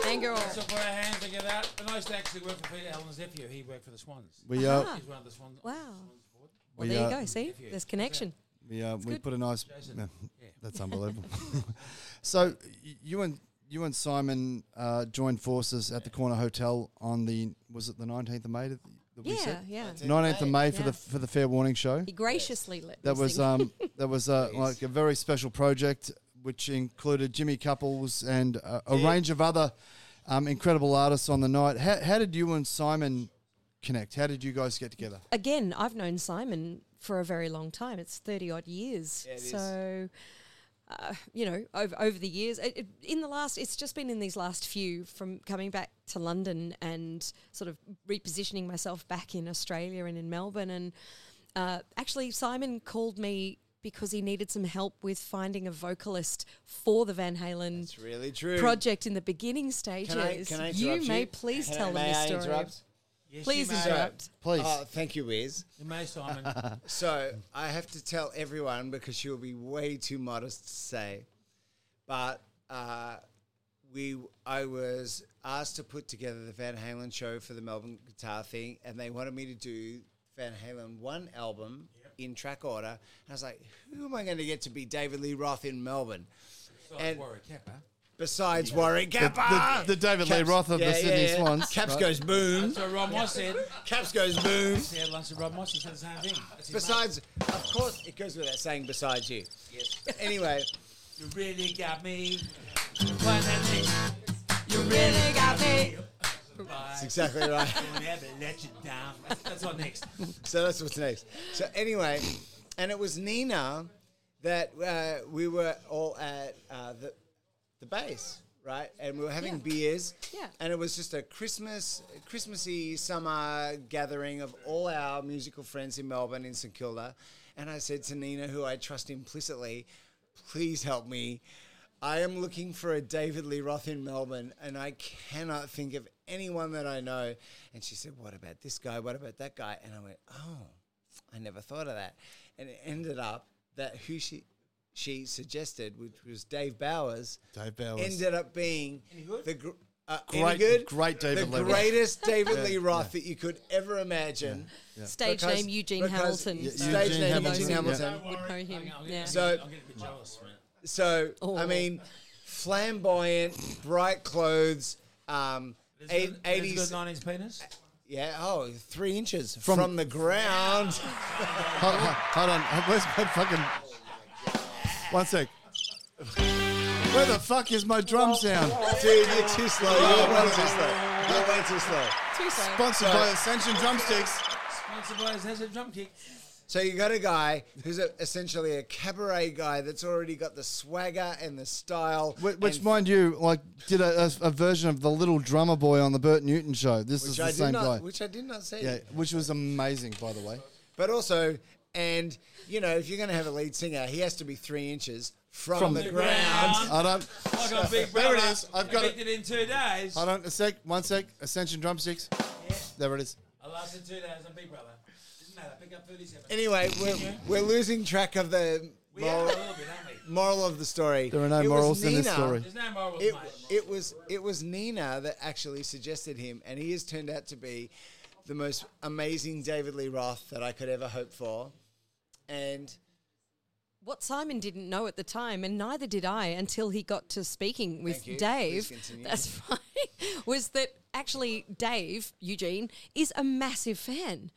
Speaker 12: Thank you all.
Speaker 3: So put our hands together. But I used to actually work for Peter Allen's nephew. He worked for the Swans.
Speaker 1: We, uh, Ah.
Speaker 3: He's one of the Swans.
Speaker 12: Wow.
Speaker 1: We,
Speaker 12: Well, there you
Speaker 1: uh,
Speaker 12: go. See, there's connection.
Speaker 1: We uh, we
Speaker 12: Ah, good.
Speaker 1: put a nice.
Speaker 3: Jason.
Speaker 1: no, That's unbelievable. so y- you and you and Simon uh, joined forces at the Corner Hotel on the was it the nineteenth of May? that- That we
Speaker 12: Yeah,
Speaker 1: said?
Speaker 12: yeah. 19th of
Speaker 1: Nineteenth of
Speaker 12: May.
Speaker 1: May for the
Speaker 12: Yeah.
Speaker 1: for the Fair Warning show.
Speaker 12: He graciously let
Speaker 1: That
Speaker 12: me
Speaker 1: was
Speaker 12: sing.
Speaker 1: um that was uh, like a very special project which included Jimmy Couples and uh, a range of other um, incredible artists on the night. How, how did you and Simon connect? How did you guys get together?
Speaker 12: again, I've known Simon for a very long time. It's 30 odd years.
Speaker 1: Yeah, it is.
Speaker 12: so, uh, you know, over, over the years, it, it- in the last, it's just been in these last few from coming back to London and sort of repositioning myself back in Australia and in Melbourne. And uh, actually, Simon called me because he needed some help with finding a vocalist for the Van Halen
Speaker 13: really true.
Speaker 12: project in the beginning stages. you
Speaker 13: interrupt
Speaker 12: may please
Speaker 13: Can I-
Speaker 12: tell them
Speaker 13: may
Speaker 12: this
Speaker 13: I
Speaker 12: story.
Speaker 13: interrupt?
Speaker 12: Yes, Please you may. interrupt. Please.
Speaker 13: Oh, thank you, Wiz.
Speaker 3: You may, Simon.
Speaker 13: so I have to tell everyone because she'll be way too modest to say, but uh, we I was asked to put together the Van Halen show for the Melbourne Guitar thing, and they wanted me to do Van Halen one album in track order. And I was like, who am I going to get to be David Lee Roth in Melbourne?
Speaker 3: Besides Warwick Kappa.
Speaker 13: Besides Warwick
Speaker 3: The-
Speaker 13: Kappa,
Speaker 1: the- the David Lee
Speaker 13: Caps-
Speaker 1: Roth of the Sydney Swans,
Speaker 13: Caps
Speaker 1: right?
Speaker 13: goes boom.
Speaker 3: That's what Rob Moss said.
Speaker 13: Caps goes boom.
Speaker 3: He had lunch with Rob Moss. He said the same thing. That's his
Speaker 13: Besides, of course, it goes without saying. Besides you,
Speaker 3: Yes.
Speaker 13: Anyway.
Speaker 3: You really got me. One and two. You really got me. That's
Speaker 13: exactly right.
Speaker 3: Don't ever let you down. That's, that's on next.
Speaker 13: so that's what's next. So anyway, and it was Nina that uh, we were all at uh, the the base, right? And we were having beers.
Speaker 12: Yeah.
Speaker 13: And it was just a Christmas, Christmassy summer gathering of all our musical friends in Melbourne in St Kilda. And I said to Nina, who I trust implicitly, please help me. I am looking for a David Lee Roth in Melbourne, and I cannot think of anyone that I know. And she said, What about this guy? What about that guy? And I went, Oh, I never thought of that. And it ended up that who she she suggested, which was Dave Bowers,
Speaker 1: Dave Bowers.
Speaker 13: ended up being the gr- uh, any
Speaker 1: Great-
Speaker 13: good?
Speaker 1: great David
Speaker 13: the
Speaker 1: Lee Roth.
Speaker 13: greatest David
Speaker 1: Yeah,
Speaker 13: Lee Roth that you could ever imagine.
Speaker 1: yeah.
Speaker 12: Stage name Eugene
Speaker 13: because-
Speaker 12: Hamilton, so-
Speaker 13: Stage
Speaker 12: Eugene
Speaker 13: name
Speaker 12: Hamilton,
Speaker 13: Eugene
Speaker 12: yeah.
Speaker 13: Hamilton.
Speaker 12: Would know him, yeah.
Speaker 13: So
Speaker 3: I'm getting a bit jealous, man.
Speaker 13: so
Speaker 3: Oh.
Speaker 13: I mean, flamboyant, bright clothes, um, eight,
Speaker 3: There's a
Speaker 13: 80s.
Speaker 3: good 90s penis.
Speaker 13: yeah, oh, three inches
Speaker 1: From-
Speaker 13: from, the ground.
Speaker 1: Hold, hold- hold on, where's my fucking? One sec. Where the fuck is my drum sound?
Speaker 13: Dude, you're too slow.
Speaker 3: Oh,
Speaker 13: You're way too slow. You're way too slow.
Speaker 12: Too slow.
Speaker 1: Sponsored
Speaker 13: So-
Speaker 1: by Ascension Drumsticks.
Speaker 3: Sponsored by Zaza Drum Kick.
Speaker 13: So you got a guy who's a, essentially a cabaret guy that's already got the swagger and the style.
Speaker 1: Wh- Which,
Speaker 13: and
Speaker 1: mind you, like did a, a, a version of the Little Drummer Boy on the Burt Newton show. This is
Speaker 13: which
Speaker 1: the
Speaker 13: I did
Speaker 1: same
Speaker 13: not,
Speaker 1: guy.
Speaker 13: Which I did not see.
Speaker 1: yeah, which was amazing, by the way.
Speaker 13: But also, and you know, if you're going to have a lead singer, he has to be three inches from, the, ground.
Speaker 1: I don't.
Speaker 3: Like on Big
Speaker 1: there
Speaker 3: Brother.
Speaker 1: it is. I've got it.
Speaker 3: Evicted in two days.
Speaker 1: Hold on a sec. One sec. Ascension Drumsticks. There it is.
Speaker 3: I lasted two days on Big Brother. Didn't matter. Pick up 37.
Speaker 13: Anyway, we're,
Speaker 3: Yeah.
Speaker 13: we're losing track of the
Speaker 3: We are a
Speaker 13: moral,
Speaker 3: little bit, aren't we?
Speaker 13: moral of the story.
Speaker 1: There are no
Speaker 13: It was
Speaker 1: morals in this
Speaker 13: Nina-
Speaker 1: story.
Speaker 3: There's no morals,
Speaker 13: It,
Speaker 3: mate.
Speaker 13: it was it was Nina that actually suggested him, and he has turned out to be the most amazing David Lee Roth that I could ever hope for. And
Speaker 12: what Simon didn't know at the time, and neither did I until he got to speaking with
Speaker 13: Thank you.
Speaker 12: Dave.
Speaker 13: Please continue.
Speaker 12: That's fine. Was that actually Dave Eugene is a massive fan.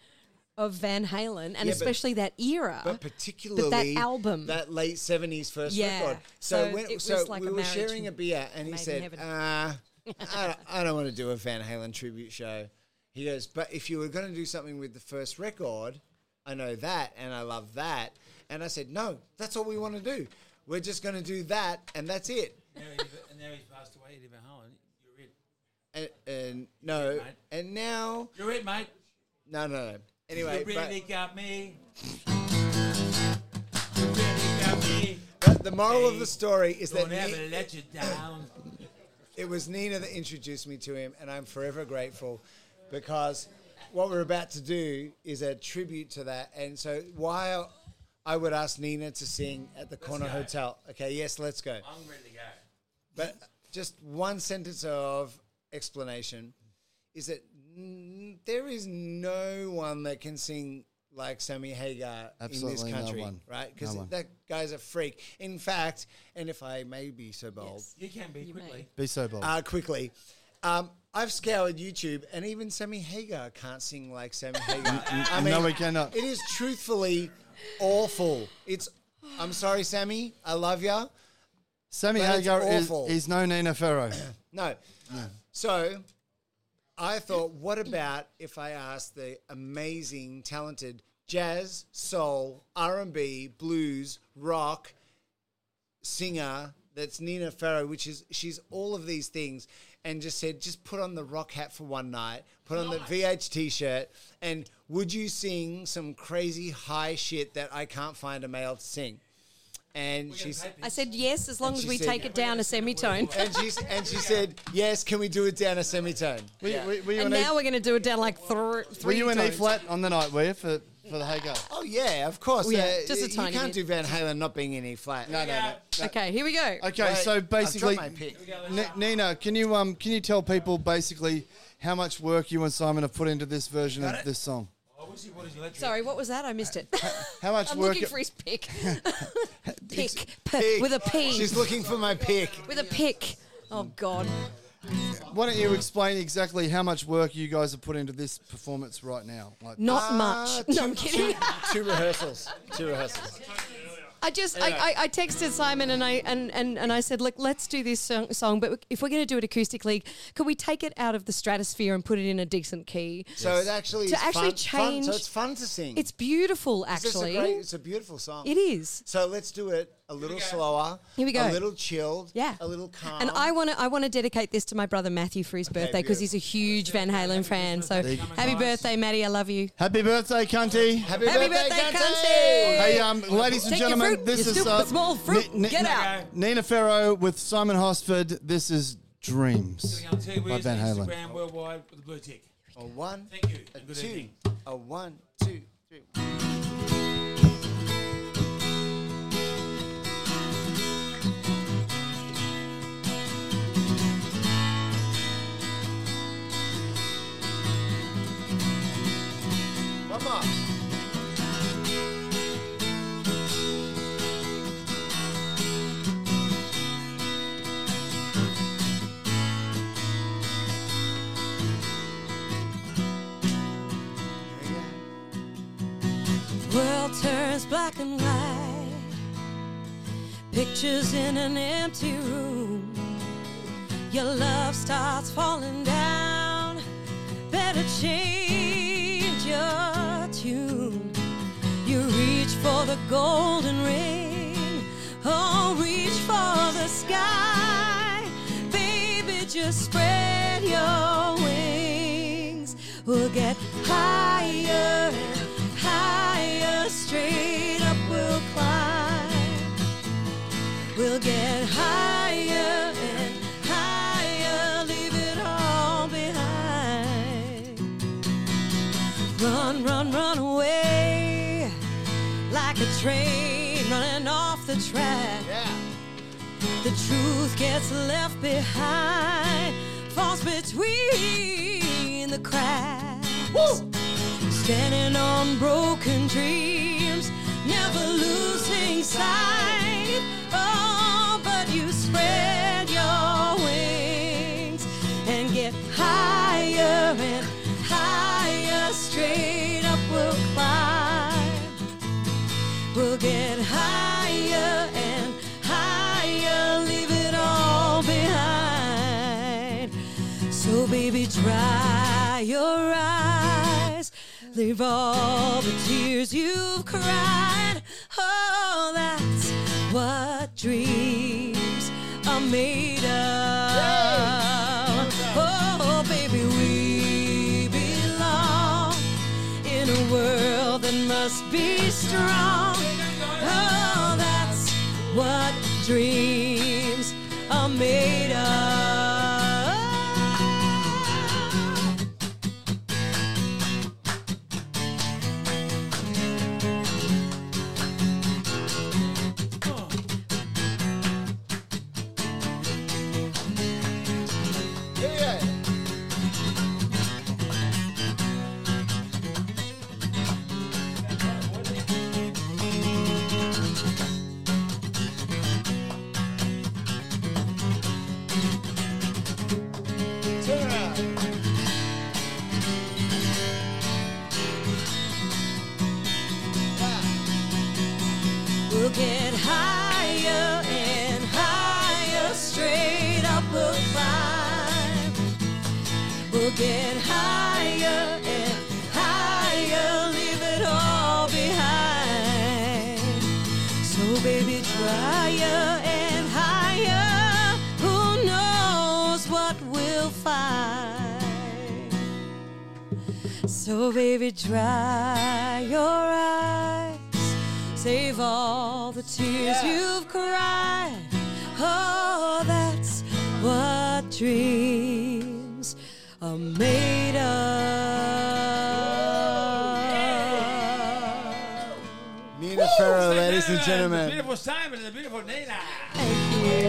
Speaker 12: of Van Halen and
Speaker 13: Yeah, but-
Speaker 12: especially Uh, that era.
Speaker 13: but particularly
Speaker 12: that album.
Speaker 13: that late seventies first
Speaker 12: Yeah.
Speaker 13: record.
Speaker 12: So
Speaker 13: So
Speaker 12: it
Speaker 13: when,
Speaker 12: was
Speaker 13: so
Speaker 12: like
Speaker 13: we
Speaker 12: a
Speaker 13: were
Speaker 12: marriage
Speaker 13: sharing a beer, and he
Speaker 12: made in
Speaker 13: said,
Speaker 12: heaven.
Speaker 13: uh, I, don't- "I don't want to do a Van Halen tribute show." He goes, "But if you were going to do something with the first record, I know that, and I love that." And I said, "No, that's all we want to do. We're just going to do that, and that's it."
Speaker 3: Now he's- and now he's passed away, Eddie Van Halen. You're it.
Speaker 13: And, and no,
Speaker 3: Yeah, mate.
Speaker 13: and now
Speaker 3: You're it, mate.
Speaker 13: no, no, no. Anyway,
Speaker 3: you
Speaker 13: but-
Speaker 3: really got me.
Speaker 13: But the moral of the story is that
Speaker 3: Don't ever
Speaker 13: Ni-
Speaker 3: let you down.
Speaker 13: it was Nina that introduced me to him, and I'm forever grateful because what we're about to do is a tribute to that. And so, while I would ask Nina to sing at the Corner
Speaker 3: go.
Speaker 13: Hotel, okay, yes, let's go.
Speaker 3: I'm ready to go.
Speaker 13: But just one sentence of explanation is that n- there is no one that can sing like Sammy Hagar in
Speaker 1: Absolutely
Speaker 13: this
Speaker 1: no
Speaker 13: country,
Speaker 1: one.
Speaker 13: right?
Speaker 1: No
Speaker 13: Because
Speaker 1: one.
Speaker 13: that guy's a freak. In fact, and if I may be so bold,
Speaker 3: You can be quickly.
Speaker 1: Be so bold.
Speaker 13: uh, quickly, um, I've scoured YouTube, and even Sammy Hagar can't sing like Sammy Hagar. I
Speaker 1: no, we cannot.
Speaker 13: It is truthfully awful. It's. I'm sorry, Sammy. I love ya.
Speaker 1: Sammy
Speaker 13: but it's
Speaker 1: Hagar is,
Speaker 13: awful.
Speaker 1: is no Nina Farrow.
Speaker 13: No. So I thought, what about if I asked the amazing, talented jazz, soul, R and B, blues, rock singer that's Nina Farrow, which is she's all of these things, and just said, just put on the rock hat for one night, put on the VH t-shirt, and would you sing some crazy high shit that I can't find a male to sing? And she said,
Speaker 12: I said yes, as long
Speaker 13: And
Speaker 12: as
Speaker 13: she
Speaker 12: we
Speaker 13: said-
Speaker 12: take it down a semitone.
Speaker 13: and she and she said, "Yes, can we do it down a semitone?"
Speaker 1: Were, you- were- were you
Speaker 12: and
Speaker 1: in
Speaker 12: now
Speaker 1: e,
Speaker 12: we're going to do it down like thr-
Speaker 1: were
Speaker 12: three.
Speaker 1: you in E
Speaker 12: tones.
Speaker 1: flat on the night, were you, for, for the Hagar?
Speaker 13: Oh yeah, of course.
Speaker 12: Oh,
Speaker 13: Uh,
Speaker 12: yeah, just a
Speaker 13: you
Speaker 12: tiny
Speaker 13: can't
Speaker 12: bit.
Speaker 13: do Van Halen not being in E flat. No, no, no.
Speaker 12: Okay, here we go.
Speaker 1: Okay,
Speaker 13: Wait,
Speaker 1: so
Speaker 13: I've dropped
Speaker 1: basically,
Speaker 13: my pick.
Speaker 1: N- Nina, can you um can you tell people basically how much work you and Simon have put into this version of this song?
Speaker 3: I wish he would have let you.
Speaker 12: Sorry, what was that? I missed it.
Speaker 1: How much
Speaker 12: I'm
Speaker 1: work?
Speaker 12: looking
Speaker 1: it-
Speaker 12: for his pick. pick. P- with a P.
Speaker 13: She's looking for my pick.
Speaker 12: with a pick. Oh God.
Speaker 1: why don't you explain exactly how much work you guys have put into this performance right now? Like,
Speaker 12: Not
Speaker 13: Uh,
Speaker 12: much. No, I'm kidding.
Speaker 13: Two rehearsals. Two rehearsals.
Speaker 12: I just I, I, I texted Simon and I and, and, and I said, look, let's do this song, song, but if we're going to do it acoustically, could we take it out of the stratosphere and put it in a decent key?
Speaker 13: So it actually
Speaker 12: To
Speaker 13: is
Speaker 12: actually
Speaker 13: fun, fun- so
Speaker 12: change-
Speaker 13: it's fun to sing.
Speaker 12: It's beautiful,
Speaker 13: It's just a
Speaker 12: actually.
Speaker 13: great- it's a beautiful song.
Speaker 12: It is.
Speaker 13: So let's do it a little slower.
Speaker 12: Here we go.
Speaker 13: A little chilled.
Speaker 12: Yeah.
Speaker 13: A little calm.
Speaker 12: And I want to I want to dedicate this to my brother Matthew for his birthday because he's a huge Van Halen fan. So happy birthday, Matty. I love you.
Speaker 1: happy birthday, cunty!
Speaker 13: Happy,
Speaker 12: Happy
Speaker 13: birthday,
Speaker 12: birthday,
Speaker 13: Kante!
Speaker 12: Kante!
Speaker 1: Hey, um, ladies and
Speaker 12: Take your
Speaker 1: gentlemen,
Speaker 12: fruit,
Speaker 1: this
Speaker 12: you
Speaker 1: is
Speaker 12: stupid
Speaker 1: uh,
Speaker 12: small fruit.
Speaker 1: Ni- Ni-
Speaker 12: Get out.
Speaker 1: Nina Farrow with Simon Hosford. This is Dreams
Speaker 3: Going on two
Speaker 1: by
Speaker 3: wheels,
Speaker 1: Van Halen.
Speaker 3: Instagram worldwide with a blue tick.
Speaker 13: A Oh, one,
Speaker 3: Thank you.
Speaker 13: a
Speaker 3: and Good
Speaker 13: two,
Speaker 3: evening.
Speaker 13: a one, two, three. One more.
Speaker 12: World turns black and white. Pictures in an empty room. Your love starts falling down. Better change your tune. You reach for the golden ring. Oh, reach for the sky. Baby, just spread your wings. We'll get higher and higher. Straight up, we'll climb. We'll get higher and higher, leave it all behind. Run, run, run away like a train running off the track.
Speaker 13: Yeah.
Speaker 12: The truth gets left behind, falls between the cracks. Standing on broken dreams, never losing sight. Oh, but you spread your wings and get higher and higher. Straight up, we'll
Speaker 11: Leave all the tears you've cried. Oh, that's what dreams are made of. Oh, baby, we belong in a world that must be strong. Oh, that's what dreams are made of.
Speaker 8: Yeah. Turn around.
Speaker 11: We'll get higher and higher, straight up we'll climb. We'll get higher and higher, leave it all behind. So baby, higher and higher, who knows what we'll find. So baby, dry your eyes. Save all the tears you've cried. Oh, that's what dreams are made of.
Speaker 13: Nina Farrow, ladies and
Speaker 3: The
Speaker 13: gentlemen.
Speaker 3: beautiful Simon and the beautiful Nina.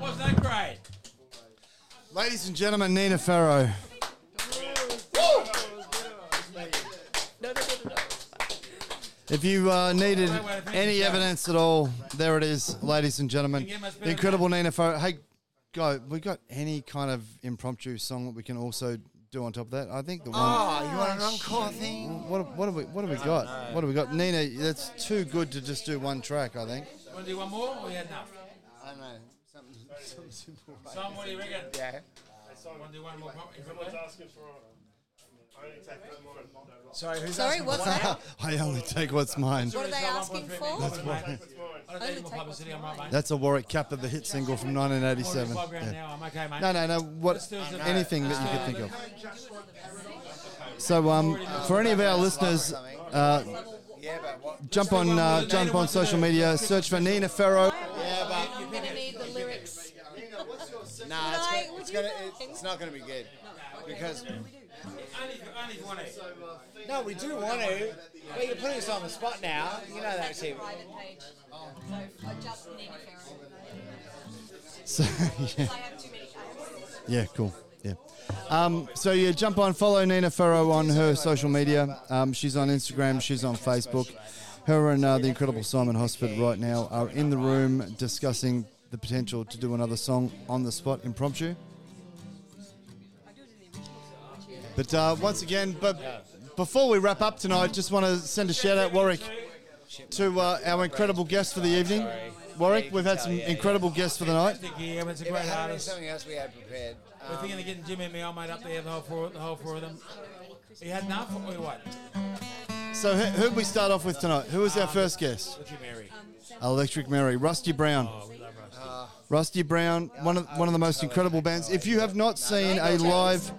Speaker 3: Wasn't that great?
Speaker 1: Ladies and gentlemen, Nina Farrow. If you uh, needed any evidence at all, there it is, ladies and gentlemen. The incredible Nina Farrow. Hey, go. We got any kind of impromptu song that we can also do on top of that? I think the one.
Speaker 13: Oh, you want an encore thing?
Speaker 3: Oh.
Speaker 1: What, what have we What have we got? What have we got? Nina, that's too good to just do one track. I think.
Speaker 3: Want to do one more Oh, or you had enough?
Speaker 13: I don't know. Something, something simple.
Speaker 3: Simon, what do you reckon?
Speaker 13: Yeah.
Speaker 3: Want to do one more? pop-
Speaker 13: Sorry, who's
Speaker 3: Sorry,
Speaker 13: asking?
Speaker 3: what's that?
Speaker 1: I only take what's mine.
Speaker 3: What are they
Speaker 11: asking for?
Speaker 1: That's
Speaker 3: I
Speaker 1: mine.
Speaker 3: don't need more publicity on my mate.
Speaker 1: That's a Warwick Capper, the hit single from 1987.
Speaker 3: Forty-five grand
Speaker 1: Yeah.
Speaker 3: now, I'm okay, mate.
Speaker 1: No, no, no.
Speaker 3: Let's
Speaker 1: What?
Speaker 3: do some-
Speaker 1: Anything that
Speaker 3: Let's
Speaker 1: you
Speaker 3: do
Speaker 1: could think
Speaker 3: some-
Speaker 1: of. So, um, for any of our listeners, uh,
Speaker 13: Yeah, but what?
Speaker 1: jump on uh, jump on social media, search for Nina Farrow.
Speaker 13: Yeah, but.
Speaker 11: I'm going to need the lyrics.
Speaker 13: Nah, it's,
Speaker 11: Like,
Speaker 13: gonna,
Speaker 11: would
Speaker 13: it's,
Speaker 11: you
Speaker 13: gonna, it's, it's not going to be good. Because.
Speaker 3: Only if- only if you want it.
Speaker 13: No, we do want to. But you're putting us on the spot now. You know that, too.
Speaker 1: So, yeah. yeah, cool. Yeah. Um, so yeah, jump on, follow Nina Farrow on her social media. Um, she's on Instagram, she's on Facebook. Her and uh, the incredible Simon Hosford right now are in the room discussing the potential to do another song on the spot impromptu. But uh, once again, but before we wrap up tonight, just want to send a shout out, Warwick, to uh, our incredible guest for the evening. Warwick, we've had some incredible guests for the night.
Speaker 3: Fantastic year, it's a
Speaker 13: If I
Speaker 3: great
Speaker 13: had
Speaker 3: artist.
Speaker 13: something else we had prepared. Um,
Speaker 3: We're thinking of getting Jimmy and me, I mate, up there, the whole four, the whole four of them. You had enough, or what?
Speaker 1: So who who'd we start off with tonight? Who was our first guest?
Speaker 3: Electric Mary.
Speaker 1: Electric Mary, Rusty Brown. Uh, Rusty Brown, one of one of the most incredible bands. If you have not seen a live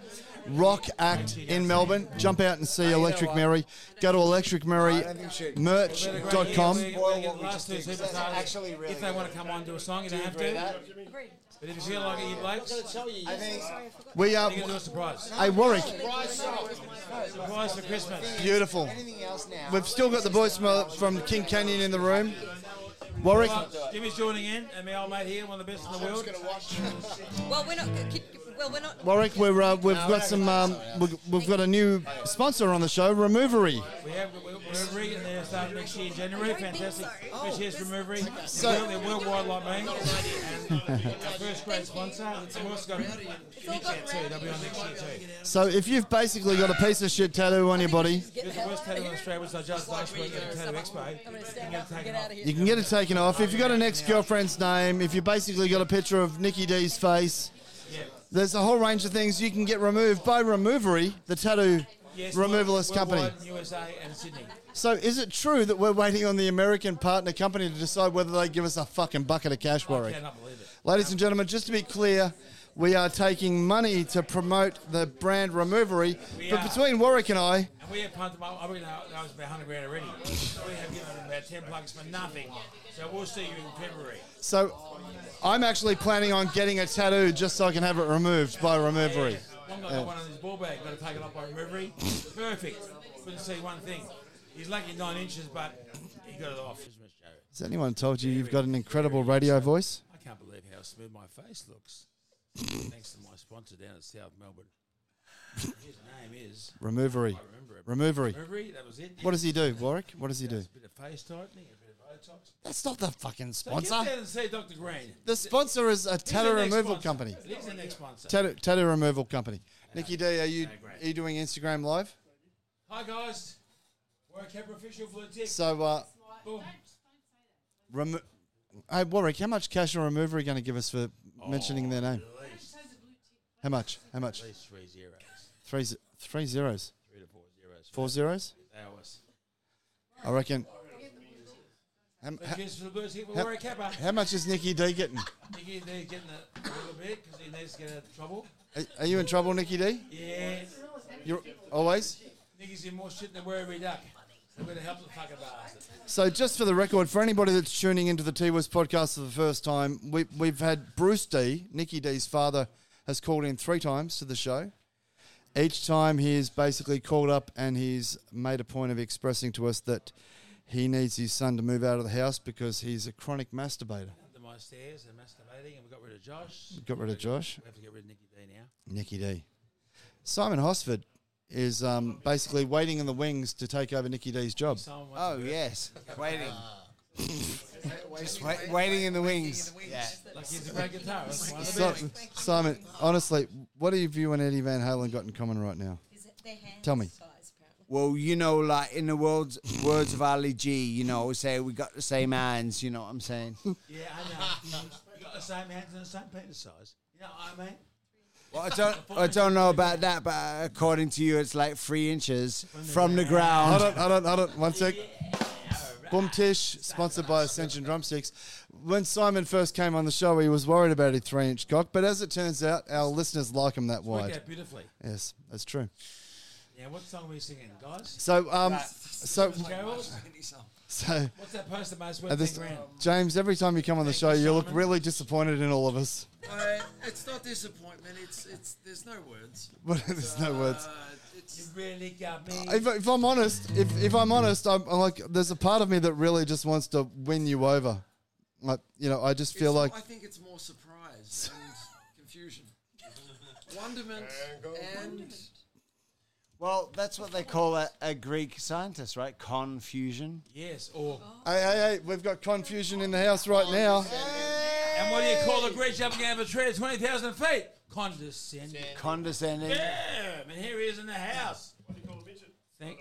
Speaker 1: rock act in Melbourne, jump out and see Electric Mary. Go to electricmarymerch.com.
Speaker 3: We're gonna get the last two superstars.
Speaker 13: actually really
Speaker 3: if they want to come on and do a song, you
Speaker 13: Do
Speaker 3: don't
Speaker 13: you
Speaker 3: have
Speaker 13: agree
Speaker 3: to.
Speaker 13: with
Speaker 3: But if you feel like it, you blokes,
Speaker 13: I think.
Speaker 1: We
Speaker 3: you're
Speaker 1: are
Speaker 3: going to do a surprise.
Speaker 1: Hey, Warwick.
Speaker 3: Surprise for Christmas.
Speaker 1: Beautiful.
Speaker 13: Anything else now?
Speaker 1: We've still got the boys from, from King Canyon in the room. Warwick,
Speaker 3: Well, Jimmy's joining in, and my old mate here, one of the best in the world.
Speaker 11: Well, we're not. Can,
Speaker 12: Well, we're not.
Speaker 1: Warwick, we're, uh, we've
Speaker 12: No, we're
Speaker 1: got
Speaker 12: not
Speaker 1: some. Um, we've, we've got a new sponsor on the show, Removery.
Speaker 3: We have we're, we're rigging there starting next year, January. Fantastic. Fresh Airs Removery.
Speaker 1: So-
Speaker 3: They're, world- they're worldwide like me. And uh, our first great sponsor. It's also got next year too. They'll be on next year too.
Speaker 1: So if you've basically got a piece of shit tattoo on your body,
Speaker 3: Because the worst tattoo in Australia was I just last week at the Tattoo Expo. You can take it off.
Speaker 1: you can get it taken off. If you've got an ex-girlfriend's name, if you've basically got a picture of Nikki D's face, there's a whole range of things you can get removed by Removery, the tattoo
Speaker 3: Yes,
Speaker 1: removalist
Speaker 3: worldwide
Speaker 1: company.
Speaker 3: in USA and Sydney.
Speaker 1: So is it true that we're waiting on the American partner company to decide whether they give us a fucking bucket of cash, Warwick?
Speaker 3: cannot believe it.
Speaker 1: Ladies and gentlemen, just to be clear, we are taking money to promote the brand Removery.
Speaker 3: We
Speaker 1: but
Speaker 3: are.
Speaker 1: between Warwick and I,
Speaker 3: And we have pumped them up. I mean, uh, that was about 100 grand already. we have given them about 10 plugs for nothing. So we'll see you in February.
Speaker 1: so I'm actually planning on getting a tattoo just so I can have it removed by Removery.
Speaker 3: One guy
Speaker 1: Yeah.
Speaker 3: got one on his ball bag, got to take it off by removery. Perfect. Couldn't see one thing. He's lucky nine inches, but he got it off.
Speaker 1: Has anyone told you you've got an incredible radio voice?
Speaker 3: I can't believe how smooth my face looks. Thanks to my sponsor down at South Melbourne. His name is
Speaker 1: Removery.
Speaker 3: I remember it.
Speaker 1: Removery.
Speaker 3: Removery, that was it.
Speaker 1: What does he do, Warwick? What does he do?
Speaker 3: A bit of face tightening, a bit of Botox.
Speaker 1: That's not the fucking
Speaker 3: So get down
Speaker 1: sponsor.
Speaker 3: and see Dr. Green.
Speaker 1: The sponsor is a
Speaker 3: He's the
Speaker 1: tattoo
Speaker 3: next
Speaker 1: removal
Speaker 3: sponsor.
Speaker 1: company.
Speaker 3: He's the next sponsor.
Speaker 1: Tattoo, tattoo removal company. Nikki D, are you are you doing Instagram live?
Speaker 3: Hi guys, we're a Capra official for the tick.
Speaker 1: So, uh,
Speaker 3: Boom.
Speaker 1: Remo- hey Warwick, how much cash or remover are you going to give us for
Speaker 3: Oh,
Speaker 1: mentioning their name? How much? How much?
Speaker 3: At least three zeros.
Speaker 1: Three z- three zeros.
Speaker 3: Three to four zeros.
Speaker 1: Four zeros.
Speaker 3: Hours.
Speaker 1: I reckon. How,
Speaker 3: But cheers for the Blues here.
Speaker 1: how-
Speaker 3: We're a Capra.
Speaker 1: how much is Nikki D getting?
Speaker 3: Nicky, they're getting a little bit because he needs to get out of trouble.
Speaker 1: Are, are you in trouble, Nikki D?
Speaker 3: Yeah.
Speaker 1: You're always.
Speaker 3: Nicky's in more shit than wherever he duck. We're going to help the fucking bastard.
Speaker 1: So, just for the record, for anybody that's tuning into the T West podcast for the first time, we, we've had Bruce D, Nikki D's father, has called in three times to the show. Each time he's basically called up and he's made a point of expressing to us that he needs his son to move out of the house because he's a chronic masturbator.
Speaker 3: Under my stairs, they're masturbating, and we got rid of Josh.
Speaker 1: We got rid of Josh.
Speaker 3: We have to get rid of Nicky D now.
Speaker 1: Nikki D. Simon Hosford is um, basically waiting in the wings to take over Nikki D's job.
Speaker 13: Oh yes, waiting. Just wait, waiting in the wings. Yeah.
Speaker 3: Like he's a great guitarist. one of the
Speaker 1: So,
Speaker 3: best.
Speaker 1: Simon, honestly, what have you and Eddie Van Halen got in common right now? Tell me.
Speaker 13: Well, you know, like in the words words of Ali G, you know, say we got the same hands. You know what I'm saying?
Speaker 3: Yeah, I know. we got the same hands and the same penis size. You know what I mean?
Speaker 13: Well, I don't, I don't know about that, but according to you, it's like three inches from the ground.
Speaker 1: Hold on, hold on, hold on. One sec. Boom Tish, sponsored by Ascension Drumsticks. When Simon first came on the show, he was worried about a three inch cock, but as it turns out, our listeners like him that
Speaker 3: Worked
Speaker 1: wide.
Speaker 3: out beautifully.
Speaker 1: Yes, that's true.
Speaker 3: Yeah, what song are we singing, guys?
Speaker 1: So, um,
Speaker 3: Right.
Speaker 1: so,
Speaker 3: Carols?
Speaker 1: so,
Speaker 3: What's that poster most worth
Speaker 1: at this,
Speaker 3: 10 grand?
Speaker 1: James, every time you come on the show, you look really disappointed in all of us.
Speaker 14: Uh, it's not disappointment. It's it's there's no words. Uh,
Speaker 1: But there's no words.
Speaker 3: You really got me.
Speaker 1: If, if I'm honest, if, if I'm honest, I'm, I'm like, there's a part of me that really just wants to win you over. Like, you know, I just feel
Speaker 14: It's-
Speaker 1: like
Speaker 14: I think it's more surprise and confusion, wonderment, and
Speaker 13: Well, that's what they call a, a Greek scientist, right? Confusion.
Speaker 3: Yes, or.
Speaker 1: Hey, hey, hey, we've got confusion in the house right now.
Speaker 3: And what do you call a great jumping out of a tree at 20,000 feet? Condescending.
Speaker 13: Condescending.
Speaker 3: Bam! And here he is in the house. What do you call a midget? Thank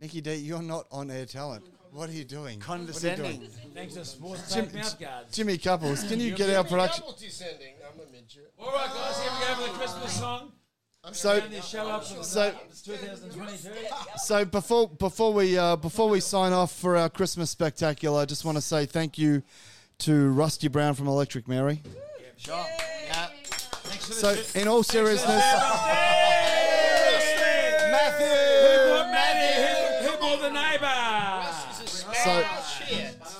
Speaker 1: Nikki D, you're not on air talent. What are you doing? What are you doing?
Speaker 3: Thanks to sports
Speaker 1: Jim-
Speaker 3: tape mouth guards.
Speaker 1: Jimmy Couples, can you get our production?
Speaker 9: descending. I'm a midget.
Speaker 3: All right, guys, here we go for the Christmas song.
Speaker 9: I'm
Speaker 1: So-
Speaker 3: Round this show up for the
Speaker 1: so-
Speaker 3: 2022.
Speaker 1: So before before we uh, before we sign off for our Christmas spectacular, I just want to say thank you to Rusty Brown from Electric Mary.
Speaker 13: Sure. Yeah.
Speaker 1: So in all seriousness,
Speaker 3: Who bought Matty? Who, who bought the neighbour?
Speaker 1: so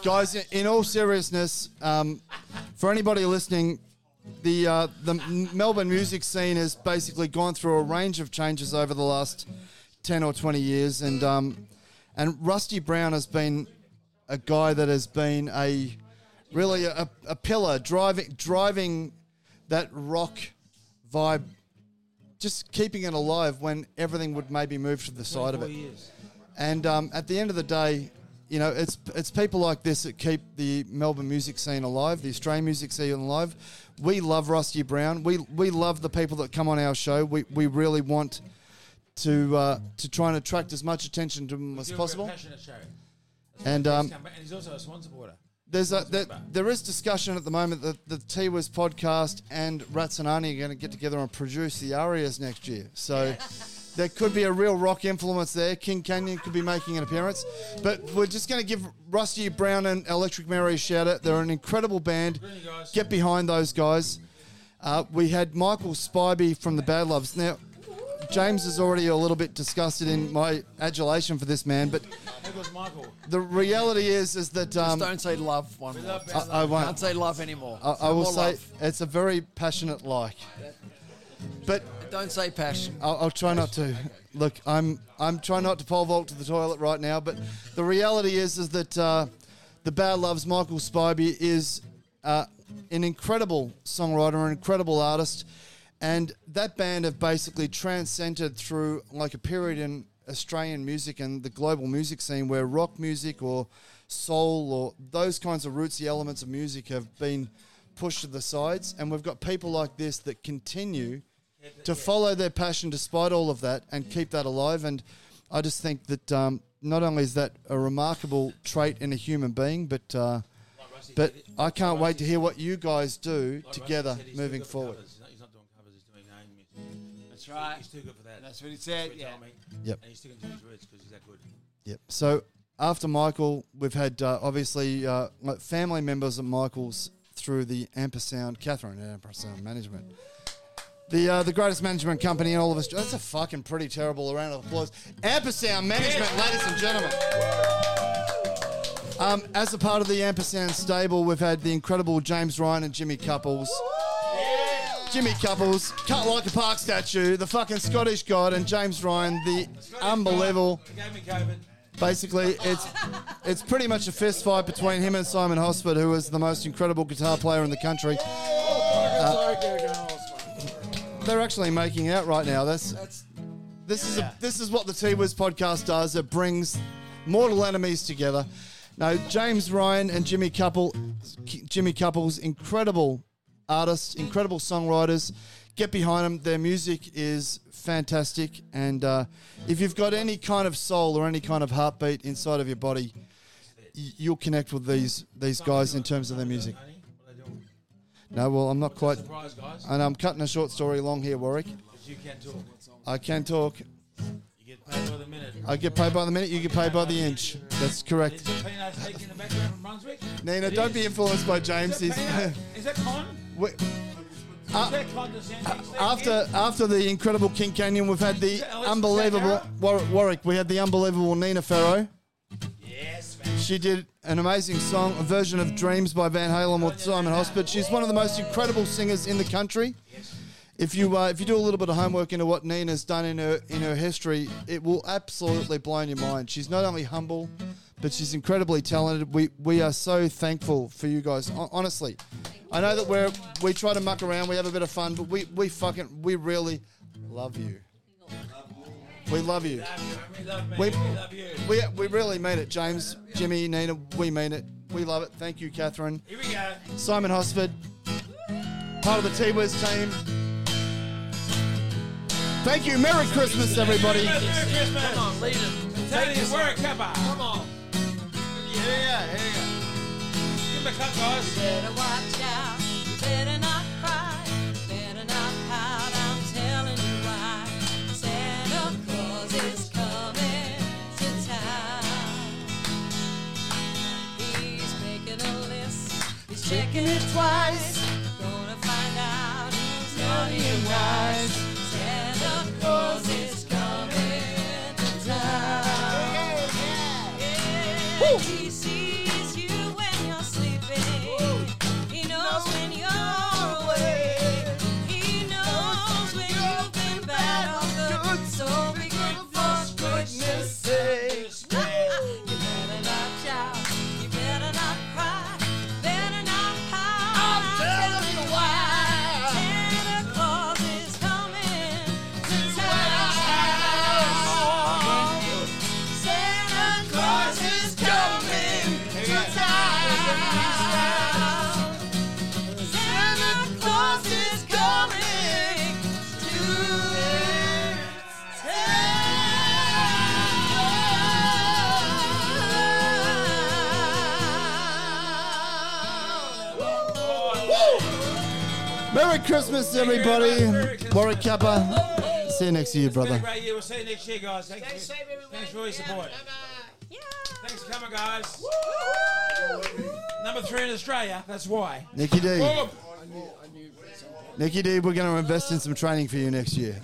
Speaker 1: guys, in- in all seriousness, um, for anybody listening, the uh, the Melbourne music scene has basically gone through a range of changes over the last ten or twenty years, and um, and Rusty Brown has been a guy that has been a really a, a pillar driving driving that rock vibe, just keeping it alive when everything would maybe move to the side of it.
Speaker 3: 24 years.
Speaker 1: And um, at the end of the day, you know, it's it's people like this that keep the Melbourne music scene alive, the Australian music scene alive. We love Rusty Brown. We we love the people that come on our show. We we really want to uh, to try and attract as much attention to them as
Speaker 3: You're a
Speaker 1: possible.
Speaker 3: passionate show. That's
Speaker 1: And,
Speaker 3: why he's
Speaker 1: um,
Speaker 3: come back, and he's also a Swan supporter.
Speaker 1: There's a, there, there is discussion at the moment that the T Wiz podcast and Rats and Arnie are going to get together and produce the Arias next year. So there could be a real rock influence there. King Canyon could be making an appearance. But we're just going to give Rusty Brown and Electric Mary a shout out. They're an incredible band. Get behind those guys. Uh, we had Michael Spivey from the Bad Loves. Now, James is already a little bit disgusted in my adulation for this man, but
Speaker 3: Who was Michael?
Speaker 1: the reality is is that um,
Speaker 3: don't
Speaker 1: say love one.
Speaker 3: We love
Speaker 1: I, I won't
Speaker 3: Can't
Speaker 1: say
Speaker 6: love anymore.
Speaker 1: I, I
Speaker 6: No
Speaker 1: will
Speaker 6: more
Speaker 1: say
Speaker 6: love.
Speaker 1: it's a very passionate like, but
Speaker 6: Don't say passion.
Speaker 1: I'll, I'll try not to. Look, I'm I'm trying not to pole vault to the toilet right now, but the reality is is that uh, the Bad Loves Michael Spivey is uh, an incredible songwriter, an incredible artist, and that band have basically transcended through like a period in Australian music and the global music scene where rock music or soul or those kinds of rootsy elements of music have been pushed to the sides, and we've got people like this that continue to follow their passion despite all of that and keep that alive. And I just think that um, not only is that a remarkable trait in a human being, but uh, but I can't wait to hear what you guys do
Speaker 3: Like
Speaker 1: together
Speaker 3: Rusty said, he's too
Speaker 1: moving
Speaker 3: good for
Speaker 1: forward.
Speaker 3: covers. He's not, he's not doing covers, he's doing own music.
Speaker 15: That's right.
Speaker 3: He's too good for that.
Speaker 15: That's what he said,
Speaker 3: what he
Speaker 15: yeah.
Speaker 3: told me.
Speaker 1: Yep.
Speaker 3: And he's sticking to his roots because he's that good.
Speaker 1: Yep. So after Michael, we've had uh, obviously uh, like family members of Michael's through the Ampersound, Catherine at Ampersound Management. The, uh, the greatest management company in all of us. That's a fucking pretty terrible round of applause. Ampersound Management, ladies and gentlemen. Um, as a part of the Ampersound stable, we've had the incredible James Ryan and Jimmy Couples. Jimmy Couples, cut like a park statue, the fucking Scottish God, and James Ryan, the unbelievable.
Speaker 3: He gave me COVID.
Speaker 1: Basically, it's it's pretty much a fist fight between him and Simon Hosford, who is the most incredible guitar player in the country. Uh,
Speaker 6: Sorry, Gary Hallsman.
Speaker 1: they're actually making out right now. That's
Speaker 6: That's-
Speaker 1: this is a, this is what the T Wiz podcast does. It brings mortal enemies together. Now, James Ryan and Jimmy Couple, Jimmy Couples, incredible artists, incredible songwriters. Get behind them. Their music is fantastic, and uh, if you've got any kind of soul or any kind of heartbeat inside of your body, y- you'll connect with these these guys in terms of their music. No, well, I'm not quite.
Speaker 3: surprise, guys?
Speaker 1: And I'm cutting a short story long here, Warwick.
Speaker 3: Because you can talk.
Speaker 1: I can talk.
Speaker 3: You get paid by the minute.
Speaker 1: I get paid by the minute, you get paid by the inch. That's correct.
Speaker 3: Is it Pino speaking in the background from Brunswick?
Speaker 1: Nina,
Speaker 3: It
Speaker 1: don't
Speaker 3: is.
Speaker 1: be influenced by James. He's
Speaker 3: Is that, Pino? is that con?
Speaker 1: Wait.
Speaker 3: is that condescending? Is that
Speaker 1: after after the incredible King Canyon, we've had the unbelievable Warwick, Warwick. We had the unbelievable Nina Farrow.
Speaker 3: Yes,
Speaker 1: She did an amazing song, a version of Dreams by Van Halen with Simon Hosbert. She's one of the most incredible singers in the country. If you uh, if you do a little bit of homework into what Nina's done in her in her history, it will absolutely blow your mind. She's not only humble, but she's incredibly talented. We we are so thankful for you guys. Hon- Honestly, I know that we're we try to muck around, we have a bit of fun, but we we fucking we really love you. We love you.
Speaker 3: We love me.
Speaker 1: We,
Speaker 3: We love you.
Speaker 1: we, we really mean it, James, Jimmy, Nina. We mean it. We love it. Thank you, Catherine.
Speaker 3: Here we go.
Speaker 1: Simon Hosford, part of the T Wiz team. Thank you. Merry Christmas, everybody.
Speaker 3: Merry Christmas. Come on, lead him. Take his work, Kappa. Come on. Yeah, here Give him a cut, guys.
Speaker 11: Better watch out. Better not cry. Better not pout. I'm telling you why. Santa Claus is coming to town. He's making a list. He's checking it twice. Gonna find out who's naughty and wise. Santa Claus is coming to town. He sees you when you're sleeping. He knows when you're awake. He knows when you've been bad or good. So be good for goodness sake. You better not shout. You better not cry. Better not pout. I'm
Speaker 1: Merry Christmas, everybody. Warwick Kappa. See you next year,
Speaker 3: Been a
Speaker 1: brother.
Speaker 3: great year. We'll see you next year, guys. Thank you. Thanks for all your support. Thanks for coming, guys. Number three in Australia. That's why.
Speaker 1: Nikki D.
Speaker 3: Boom.
Speaker 1: Nikki D, we're going to invest in some training for you next year.